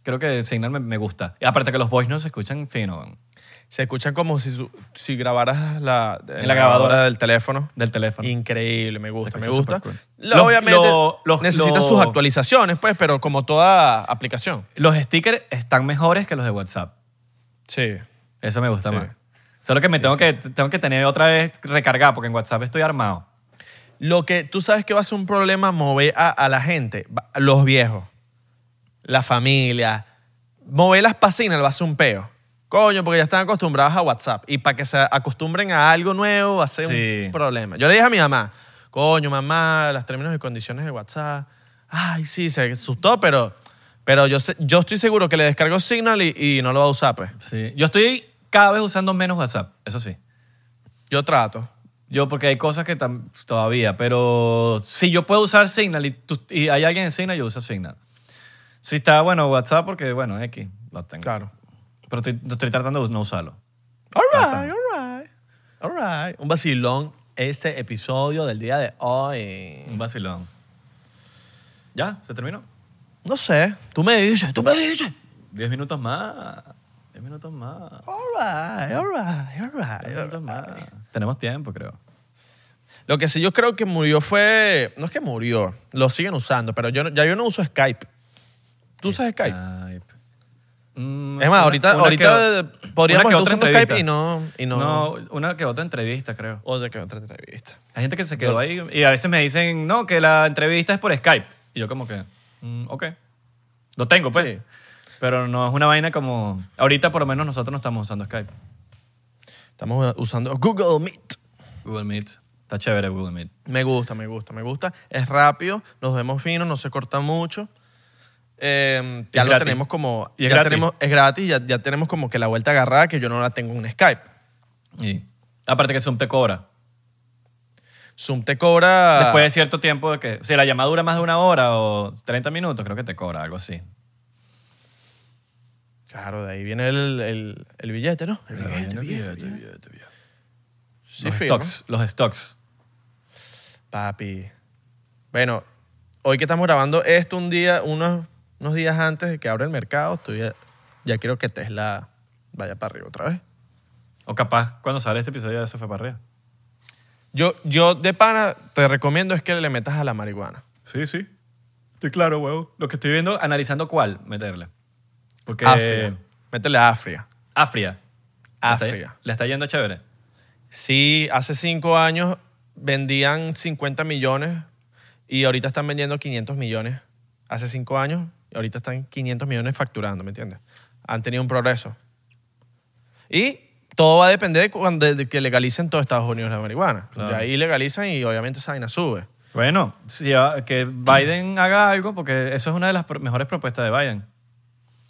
S1: creo que Signal me, me gusta. Y aparte que los voice no se escuchan fino weón,
S2: Se escuchan como si, su- si grabaras la,
S1: En la grabadora.
S2: del teléfono.
S1: del teléfono.
S2: Increíble, me gusta,
S1: Se
S2: me
S1: escucha
S2: gusta.
S1: supercool.
S2: Lo-
S1: Los-
S2: obviamente
S1: lo- los-
S2: necesita
S1: lo-
S2: sus actualizaciones, pues, pero como toda aplicación.
S1: Los stickers están mejores que los de WhatsApp.
S2: Sí.
S1: Eso me gusta
S2: Sí.
S1: más. Solo que me tengo, que, tengo que tener otra vez recargada porque en WhatsApp estoy armado.
S2: Lo que tú sabes que va a ser un problema mover a, a la gente, va- los viejos, la familia. Mover las pasinas va a ser un peo. Coño, porque ya están acostumbrados a WhatsApp. Y para que se acostumbren a algo nuevo va a ser
S1: Sí.
S2: un problema. Yo le dije a mi mamá, coño, mamá, los términos y condiciones de WhatsApp. Ay, sí, se asustó, pero, pero yo, sé- yo estoy seguro que le descargo Signal y, y no lo va a usar, pues.
S1: Sí. Yo estoy cada vez usando menos WhatsApp, eso sí.
S2: Yo trato.
S1: Yo, porque hay cosas que tam- todavía, pero si yo puedo usar Signal y, tú- y hay alguien en Signal, yo uso Signal. Si está, bueno, WhatsApp, porque, bueno, X, lo tengo.
S2: Claro.
S1: Pero estoy, estoy tratando de no usarlo.
S2: All right, all right, all right. Un vacilón este episodio del día de hoy.
S1: Un vacilón. ¿Ya? ¿Se terminó?
S2: No sé, tú me dices, tú me dices.
S1: Diez minutos más. Diez minutos más.
S2: All right, all right, all right,
S1: Diez
S2: all
S1: minutos
S2: right.
S1: más. Tenemos tiempo, creo.
S2: Lo que sí yo creo que murió fue, no es que murió, lo siguen usando, pero yo no- ya yo no uso Skype. ¿Tú usas Skype?
S1: Mm,
S2: Es más,
S1: una-
S2: ahorita,
S1: una que
S2: ahorita
S1: o-
S2: podríamos
S1: una que otra
S2: estar usando
S1: entrevista.
S2: Skype y no, y no,
S1: No, una que otra entrevista, creo.
S2: otra que otra entrevista.
S1: Hay gente que se quedó ahí y a veces me dicen, no, que la entrevista es por Skype. Y yo como que, mm, ok. Lo tengo, pues.
S2: Sí.
S1: Pero no es una vaina como... Ahorita por lo menos nosotros no estamos usando Skype.
S2: Estamos usando Google Meet.
S1: Google Meet. Está chévere Google Meet.
S2: Me gusta, me gusta, me gusta. Es rápido, nos vemos finos, no se corta mucho. Eh, ya
S1: es
S2: lo
S1: gratis.
S2: tenemos como.
S1: Y es
S2: ya
S1: gratis.
S2: Tenemos, es gratis, ya, ya tenemos como que la vuelta agarrada que yo no la tengo en Skype.
S1: Y aparte que Zoom te cobra.
S2: Zoom te cobra.
S1: Después de cierto tiempo de que... Si la llamada dura más de una hora o 30 minutos, creo que te cobra algo así.
S2: Claro, de ahí viene el, el- el billete, ¿no? El billete, billete, billete. Sí,
S1: los
S2: firma.
S1: stocks. Los stocks.
S2: Papi. Bueno, hoy que estamos grabando esto un día, unos, unos días antes de que abra el mercado, estoy ya, ya quiero que Tesla vaya para arriba otra vez.
S1: O capaz cuando sale este episodio ya se fue para arriba.
S2: Yo, yo de pana te recomiendo es que le metas a la marihuana.
S1: Sí, sí. Estoy claro, huevo. Lo que estoy viendo, analizando cuál meterle. Porque
S2: Afria. Métele a Afria.
S1: Afria. Le
S2: Afria.
S1: está, le está yendo chévere.
S2: Sí, hace cinco años vendían 50 millones y ahorita están vendiendo 500 millones. Hace cinco años y ahorita están 500 millones facturando, ¿me entiendes? Han tenido un progreso. Y todo va a depender de, cuando, de que legalicen todos Estados Unidos la marihuana.
S1: Claro.
S2: Y ahí legalizan y obviamente esa vaina sube.
S1: Bueno, si va- que Biden haga algo, porque eso es una de las pro- mejores propuestas de Biden.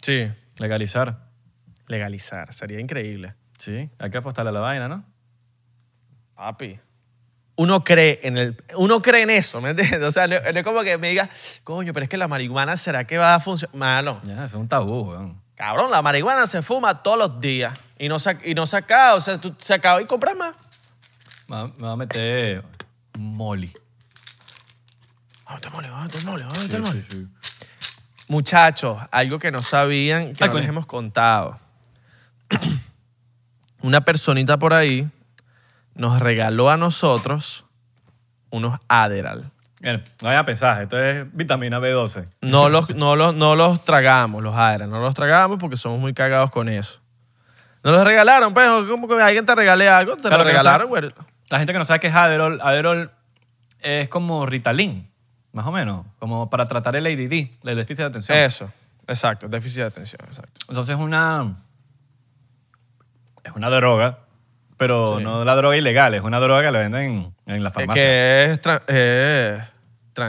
S2: Sí.
S1: Legalizar.
S2: Legalizar, sería increíble.
S1: Sí. Hay que apostarle a la vaina, ¿no?
S2: Papi. Uno cree en el, uno cree en eso, ¿me entiendes? (laughs) O sea, no, no es como que me diga, coño, pero es que la marihuana será que va a funcionar. Malo.
S1: Ya, eso es un tabú, weón.
S2: Cabrón, la marihuana se fuma todos los días y no se, y no se acaba. O sea, tú se acaba y compras más.
S1: Me va- me va a meter molly.
S2: Vamos, te mole, vamos, te mole, vamos, te mole. Muchachos, algo que no sabían, que
S1: Ay,
S2: no
S1: coño.
S2: les hemos contado. (clears throat) Una personita por ahí nos regaló a nosotros unos Adderall.
S1: Bueno, no vaya a pensar, esto es vitamina B12.
S2: No los, no los, no los tragamos, los Adderall. No los tragamos porque somos muy cagados con eso. Nos los regalaron, pues. Como que alguien te regale algo, te
S1: Claro
S2: lo
S1: que no
S2: regalaron,
S1: sabe.
S2: güey.
S1: La gente que no sabe qué es Adderall, Adderall es como Ritalin, más o menos, como para tratar el ADD, el déficit de atención.
S2: Eso, exacto, déficit de atención, exacto.
S1: Entonces es una es una droga, pero no la droga ilegal, es una droga que la venden en, en la
S2: Eh,
S1: farmacia.
S2: que es tra- eh,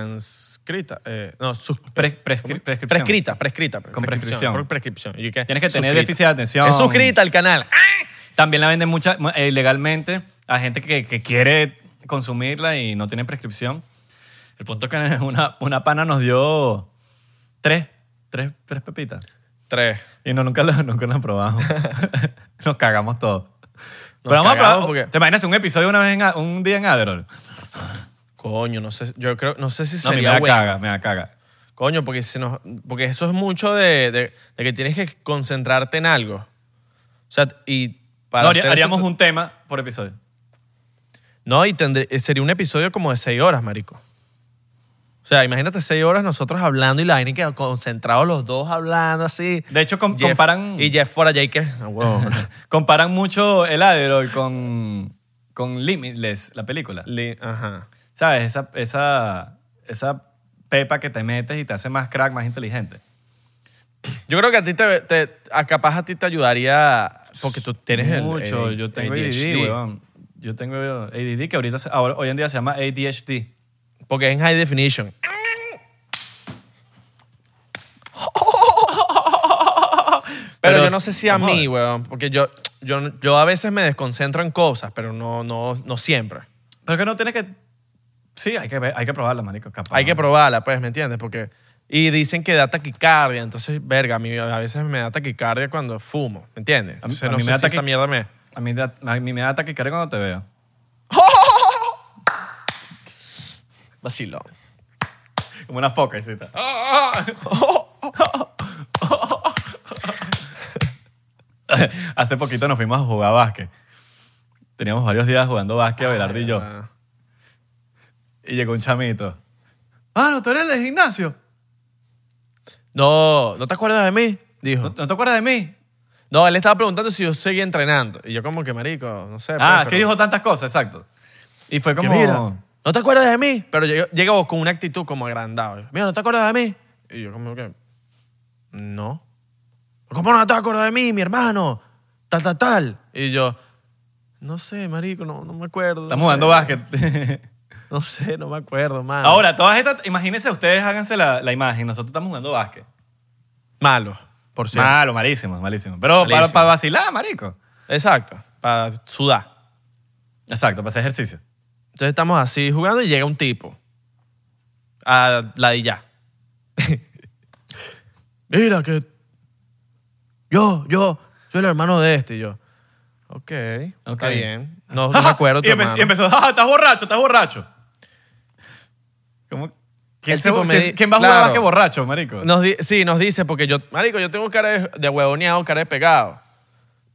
S2: transcrita, eh, no, sus-
S1: Pre- prescri- prescripción.
S2: prescrita, prescrita.
S1: Con prescripción.
S2: por prescripción. Y
S1: Tienes que tener
S2: suscrita.
S1: déficit de atención.
S2: Es suscrita al canal. ¡Ah!
S1: También la venden mucha, mu- eh, ilegalmente a gente que, que quiere consumirla y no tiene prescripción. El punto es que (laughs) una, una pana nos dio tres, tres, tres pepitas.
S2: Tres.
S1: Y no, nunca la, (laughs) nunca la
S2: (laughs)
S1: probamos. Nos cagamos todos. Pero
S2: Nos
S1: vamos a probar.
S2: cagamos porque-
S1: ¿Te imaginas un episodio una vez en A- un día en Adderall?
S2: Coño, no sé, yo creo, no sé si
S1: No, a mí me
S2: sería
S1: da
S2: bueno.
S1: caga, me da caga.
S2: Coño, porque, si nos, porque eso es mucho de, de- de que tienes que concentrarte en algo. O sea, y para
S1: No,
S2: hacer
S1: haría-
S2: eso
S1: haríamos
S2: tú-
S1: un tema por episodio.
S2: No, y tendré- eh, sería un episodio como de seis horas, marico. O sea, imagínate seis horas nosotros hablando y la vaina y que concentrados los dos hablando así.
S1: De hecho, com-
S2: Jeff-
S1: comparan-
S2: Y Jeff por allá y que... "Ah,
S1: (laughs)
S2: "No, huevón".
S1: Comparan mucho el Adderall con, con Limitless, la película.
S2: Li- Ajá.
S1: ¿Sabes? Esa, esa, esa pepa que te metes y te hace más crack, más inteligente.
S2: Yo creo que a ti te, te- a capaz a ti te ayudaría porque tú tienes el-
S1: Mucho.
S2: el
S1: yo tengo
S2: ADHD,
S1: ADD, weón. Yo tengo ADD que ahorita, se- ahora- hoy en día se llama ADHD.
S2: Porque es en high definition. (laughs) Pero, yo no sé si a
S1: vamos
S2: mí,
S1: ver.
S2: weón, porque yo, yo, yo a veces me desconcentro en cosas, pero no, no, no siempre.
S1: Pero que no tienes que... Sí, hay que, ver- hay que probarla, marico. capaz.
S2: Hay que probarla, pues, ¿me entiendes? Porque, y dicen que da taquicardia, entonces, verga, a mí a veces me da taquicardia cuando fumo, ¿me entiendes?
S1: A mí-
S2: Entonces,
S1: a
S2: no
S1: mí
S2: sé
S1: me da
S2: si esta
S1: taqui-
S2: mierda me...
S1: A mí, da- a mí me da taquicardia cuando te veo.
S2: Vacilón.
S1: Como una foca. así está. (laughs) Hace poquito nos fuimos a jugar básquet. Teníamos varios días jugando básquet, Abelardo y yo.
S2: Ah.
S1: Y llegó un chamito. Ah, no, tú eres el del gimnasio.
S2: No, ¿no te acuerdas de mí? Dijo.
S1: ¿No, no te acuerdas de mí?
S2: Eh, No, él estaba preguntando si yo seguía entrenando. Y yo como que, marico, no sé.
S1: Ah,
S2: pues,
S1: que
S2: pero-
S1: dijo tantas cosas, exacto. Y fue
S2: que
S1: como...
S2: mira, ¿no te acuerdas de mí? Pero llegó, llegó con una actitud como agrandado. Mira, ¿no te acuerdas de mí? Y yo como que, no. ¿Cómo no te acuerdas de mí, mi hermano? Tal, tal, tal. Y yo, no sé, marico, no, no me acuerdo. no
S1: Estamos jugando
S2: sé.
S1: básquet. (laughs)
S2: No sé, no me acuerdo, mano.
S1: Ahora, todas estas... Imagínense ustedes, háganse la, la imagen. Nosotros estamos jugando básquet.
S2: Malo, por cierto.
S1: Malo, malísimo, malísimo. Pero para-
S2: Malísimo.
S1: para vacilar, marico.
S2: Exacto, para sudar.
S1: Exacto, para hacer ejercicio.
S2: Entonces estamos así jugando y llega un tipo a la de ya. (laughs) Mira que yo, yo, soy el hermano de este. Y yo, ok,
S1: Ok.
S2: está bien. No, no me acuerdo
S1: (laughs)
S2: tu
S1: y, empe-
S2: hermano.
S1: y empezó, "Ah, estás borracho, estás borracho. ¿Cómo? ¿Quién,
S2: El
S1: se-
S2: tipo me
S1: quién-
S2: di-
S1: quién va a jugar
S2: claro.
S1: básquet borracho, marico?
S2: Nos di- sí, nos dice, porque yo, marico, yo tengo cara de, de huevoneado, cara de pegado.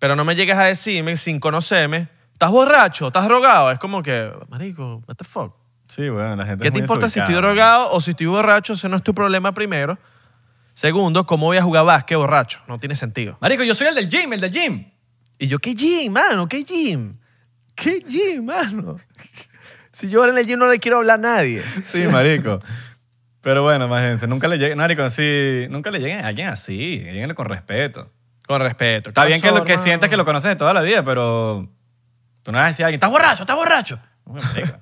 S2: Pero no me llegues a decirme, sin conocerme, ¿Estás borracho? ¿Estás drogado? Es como que, marico, what the fuck.
S1: Sí, weón, la gente
S2: ¿Qué
S1: es muy
S2: te importa si estoy
S1: desubicada, weón.
S2: drogado o si estoy borracho? Ese no es tu problema primero. Segundo, ¿cómo voy a jugar básquet borracho? No tiene sentido.
S1: Marico, yo soy el del gym, el del gym.
S2: Y yo, ¿qué gym, mano? ¿Qué gym? ¿Qué gym, mano? Si yo ahora en el gym no le quiero hablar a nadie.
S1: Sí, marico. Pero bueno, más gente, nunca le lleguen, marico, así, nunca le lleguen a alguien así, lleguenle con respeto.
S2: Con respeto.
S1: Está bien que, lo, que sientas
S2: sientas
S1: que lo conoces de toda la vida, pero tú no vas a decir a alguien, estás borracho, estás borracho. Uy, (laughs) marico.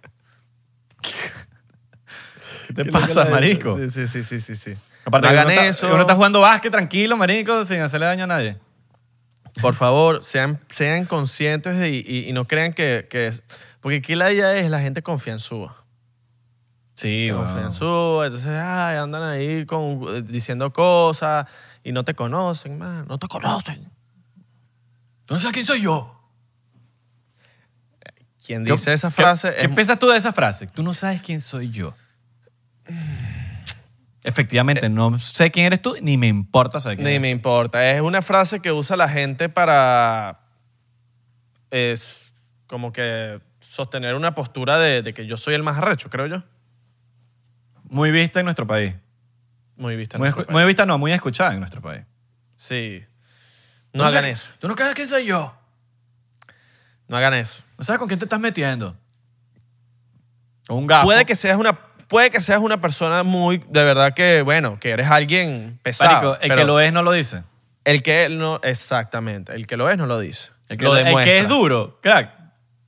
S1: ¿Qué
S2: (laughs)
S1: te pasa, marico?
S2: Sí, sí, sí, sí, sí. sí.
S1: Aparte que
S2: hagan
S1: uno está-
S2: eso.
S1: Uno está jugando básquet tranquilo, marico, sin hacerle daño a nadie.
S2: Por favor, sean, sean conscientes y, y- y no crean que, que es- Porque aquí la idea es la gente confianzúa.
S1: Sí,
S2: Confianzúa, entonces ay, andan ahí con, eh, diciendo cosas y no te conocen, man. No te conocen.
S1: ¿Tú no sabes quién soy yo?
S2: Quien
S1: ¿Qué-
S2: dice esa
S1: qué-
S2: frase
S1: ¿Qué,
S2: es-
S1: piensas tú de esa frase? Tú no sabes quién soy
S2: (sighs)
S1: yo. Efectivamente, no sé quién eres tú, ni me importa saber quién
S2: ni
S1: eres.
S2: me importa. Es una frase que usa la gente para. Es como que sostener una postura de, de que yo soy el más arrecho, creo yo.
S1: Muy vista en nuestro país.
S2: Muy vista. en
S1: Muy,
S2: nuestro
S1: escu- muy vista no, muy escuchada en nuestro país.
S2: país. Sí. No
S1: Tú
S2: hagan
S1: sabes-
S2: eso.
S1: Tú no sabes quién soy yo.
S2: No hagan eso.
S1: No sabes con quién te estás metiendo. Con un gato.
S2: Puede que seas una. Puede que seas una persona muy, de verdad que, bueno, que eres alguien pesado.
S1: el
S2: pero
S1: que lo es no lo dice.
S2: El que no, exactamente, el que lo es no lo dice.
S1: El que,
S2: lo
S1: lo- el
S2: demuestra.
S1: que es duro, crack,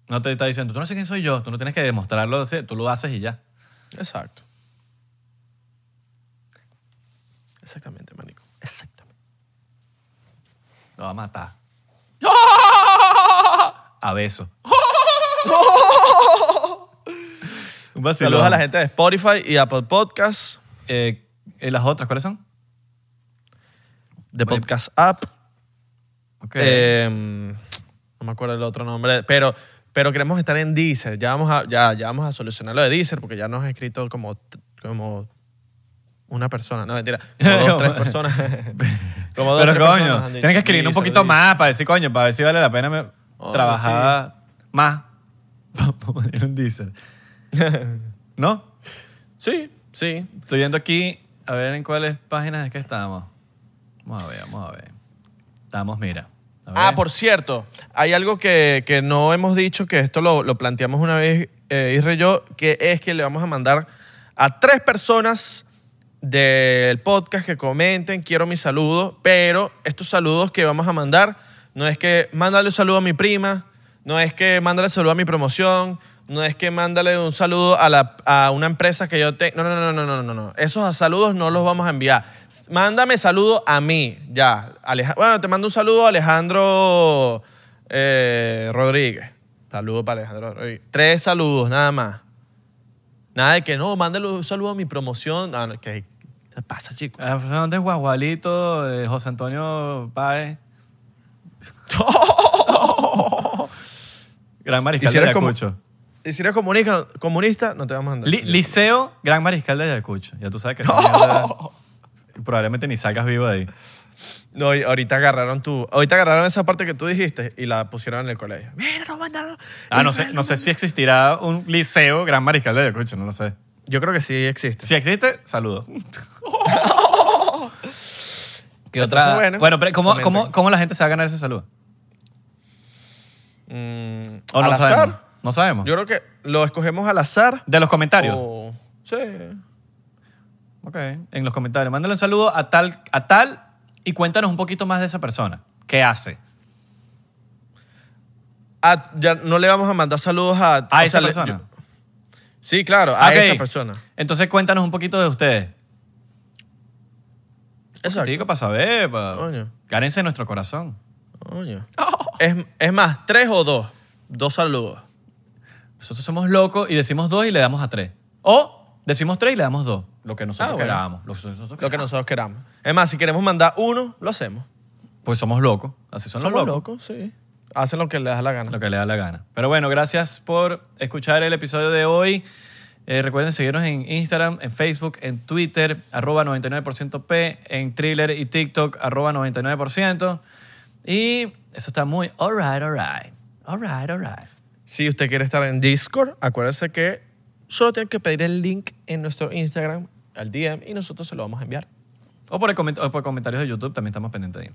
S1: no te está diciendo, tú no sabes quién soy yo, tú no tienes que demostrarlo, o sea, tú lo haces y ya.
S2: Exacto. Exactamente, manico. Exactamente.
S1: Lo va a
S2: (laughs)
S1: matar. A beso. Un vacilón.
S2: Saludos a la gente de Spotify y Apple Podcasts,
S1: Eh, ¿y las otras cuáles son?
S2: de
S1: Oye.
S2: Podcast App.
S1: Ok.
S2: Eh, no me acuerdo el otro nombre, pero, pero queremos estar en Deezer. Ya vamos, a, ya, ya vamos a solucionar lo de Deezer porque ya nos ha escrito como, como una persona. No, mentira. Como
S1: (laughs)
S2: dos, tres personas. Como dos,
S1: Pero
S2: tres personas
S1: coño,
S2: han dicho,
S1: tienes que escribir un
S2: Deezer,
S1: poquito
S2: Deezer.
S1: más para decir, coño, para ver si vale la pena me-
S2: Oh,
S1: trabajar más (laughs) para poner un
S2: (laughs)
S1: diesel. ¿No?
S2: Sí, sí.
S1: Estoy viendo aquí, a ver en cuáles páginas es que estamos. Vamos a ver, vamos a ver. Estamos, mira. a ver.
S2: Ah, por cierto, hay algo que, que no hemos dicho, que esto lo, lo planteamos una vez eh, Isra y yo, que es que le vamos a mandar a tres personas del podcast que comenten, quiero mi saludo, pero estos saludos que vamos a mandar no es que mándale un saludo a mi prima, no es que mándale un saludo a mi promoción, no es que mándale un saludo a, la, a una empresa que yo tengo. No, no, no, no, no, no, no. Esos saludos no los vamos a enviar. S- Mándame saludo a mí, ya. Aleja- bueno, te mando un saludo a Alejandro eh, Rodríguez. Saludo para Alejandro Rodríguez. Tres saludos, nada más. Nada de que no, mándale un saludo a mi promoción. Ah, no, que, ¿Qué pasa, chico?
S1: La persona de pues, Guagualito, de José Antonio
S2: (laughs)
S1: Páez. Gran mariscal de
S2: Hicieras como-
S1: Ayacucho.
S2: Y si eres comunica- comunista, no te vamos a mandar.
S1: Li- Liceo, gran mariscal de Ayacucho. Ya tú sabes que esa mierda- probablemente ni salgas vivo de ahí.
S2: No, y ahorita agarraron tu, ahorita agarraron esa parte que tú dijiste y la pusieron en el colegio. Mira, nos mandaron.
S1: Ah, no sé, no sé si existirá un liceo gran mariscal de Ayacucho, no lo sé.
S2: Yo creo que sí existe.
S1: Si existe, saludos. (laughs) ¿Qué
S2: Entonces,
S1: otra?
S2: bueno,
S1: Bueno, pero ¿cómo,
S2: comenten.
S1: cómo, cómo la gente se va a ganar ese saludo?
S2: Mm,
S1: ¿O
S2: al
S1: no
S2: azar.
S1: sabemos? No sabemos.
S2: Yo Oh. creo que lo escogemos al azar.
S1: De los comentarios.
S2: o- sí.
S1: Ok, en los comentarios. Mándale un saludo a tal, a tal y cuéntanos un poquito más de esa persona. ¿Qué hace?
S2: Ah, ya no le vamos a mandar saludos a,
S1: A
S2: o
S1: esa
S2: sea, le-
S1: persona.
S2: yo- sí, claro, a
S1: Ok.
S2: esa persona.
S1: Entonces cuéntanos un poquito de ustedes.
S2: Exacto.
S1: Digo, para saber, para...
S2: Coño.
S1: Gárense nuestro corazón. (laughs)
S2: Coño. Es, es más, tres o dos. Dos saludos.
S1: Nosotros somos locos y decimos dos y le damos a tres. O decimos tres y le damos dos. Lo que nosotros
S2: Ah, bueno.
S1: queramos. Lo que nosotros
S2: Lo que
S1: queramos.
S2: nosotros queramos. Es más, si queremos mandar uno, lo hacemos.
S1: Pues somos locos. Así son los
S2: Somos
S1: locos.
S2: locos, sí. Hacen lo que les da la gana.
S1: Lo que le da la gana. Pero bueno, gracias por escuchar el episodio de hoy. Eh, recuerden seguirnos en Instagram, en Facebook, en Twitter, arroba 99% P, en Thriller y TikTok, arroba 99%. Y eso está muy alright, alright. All right, all right.
S2: Si usted quiere estar en Discord, acuérdese que solo tiene que pedir el link en nuestro Instagram al DM y nosotros se lo vamos a enviar.
S1: O por, el coment- o por comentarios de YouTube también estamos pendientes de ahí.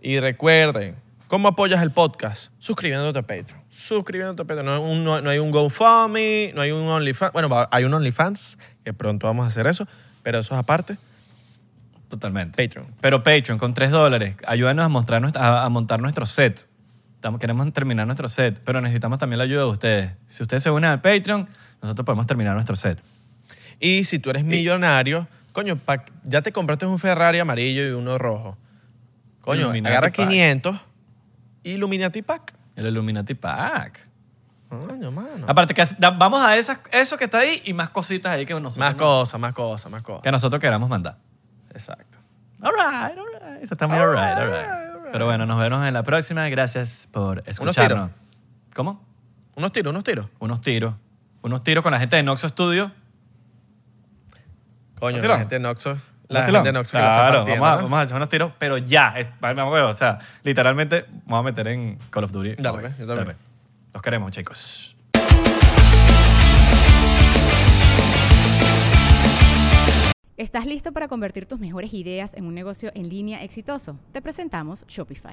S2: Y recuerden, ¿cómo apoyas el podcast? Suscribiéndote a Patreon. Suscribiéndote a Patreon. No, hay un- no- no hay un GoFundMe, no hay un OnlyFans. Bueno, va- hay un OnlyFans, que pronto vamos a hacer eso, pero eso es aparte.
S1: Totalmente.
S2: Patreon.
S1: Pero Patreon, con 3 dólares, ayúdanos a, mostrar nuestra- a, a montar nuestro set. Estamos- queremos terminar nuestro set, pero necesitamos también la ayuda de ustedes. Si ustedes se unen al Patreon, nosotros podemos terminar nuestro set.
S2: Y si tú eres millonario, coño, pa- ya te compraste un Ferrari amarillo y uno rojo. Coño,
S1: Illuminati
S2: agarra
S1: pack.
S2: 500 y Illuminati Pack.
S1: El Illuminati Pack.
S2: Coño, mano.
S1: Aparte, que da- vamos a esas, eso que está ahí y más cositas ahí que nosotros,
S2: Más cosas, más cosas, más cosas.
S1: que nosotros queramos mandar.
S2: Exacto.
S1: All right, all right. Eso está muy all
S2: All
S1: right,
S2: right,
S1: all right.
S2: all right.
S1: Pero bueno, nos vemos en la próxima. Gracias por escucharnos. ¿Cómo?
S2: Unos tiros, unos tiros.
S1: Unos tiros. Unos tiros con la gente de Noxo Studio.
S2: Coño,
S1: Vacilón.
S2: la gente de Noxo. La
S1: ¿Vacilón?
S2: gente de Noxo que la está
S1: Claro,
S2: partiendo,
S1: vamos, a,
S2: ¿no?
S1: vamos a hacer unos tiros, pero ya. Es- vale, me huevo, o sea, literalmente vamos a meter en Call of Duty.
S2: Dale,
S1: Ok,
S2: pues, yo también.
S1: dale, pues. Los queremos, chicos.
S3: ¿Estás listo para convertir tus mejores ideas en un negocio en línea exitoso? Te presentamos Shopify.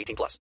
S4: 18 plus.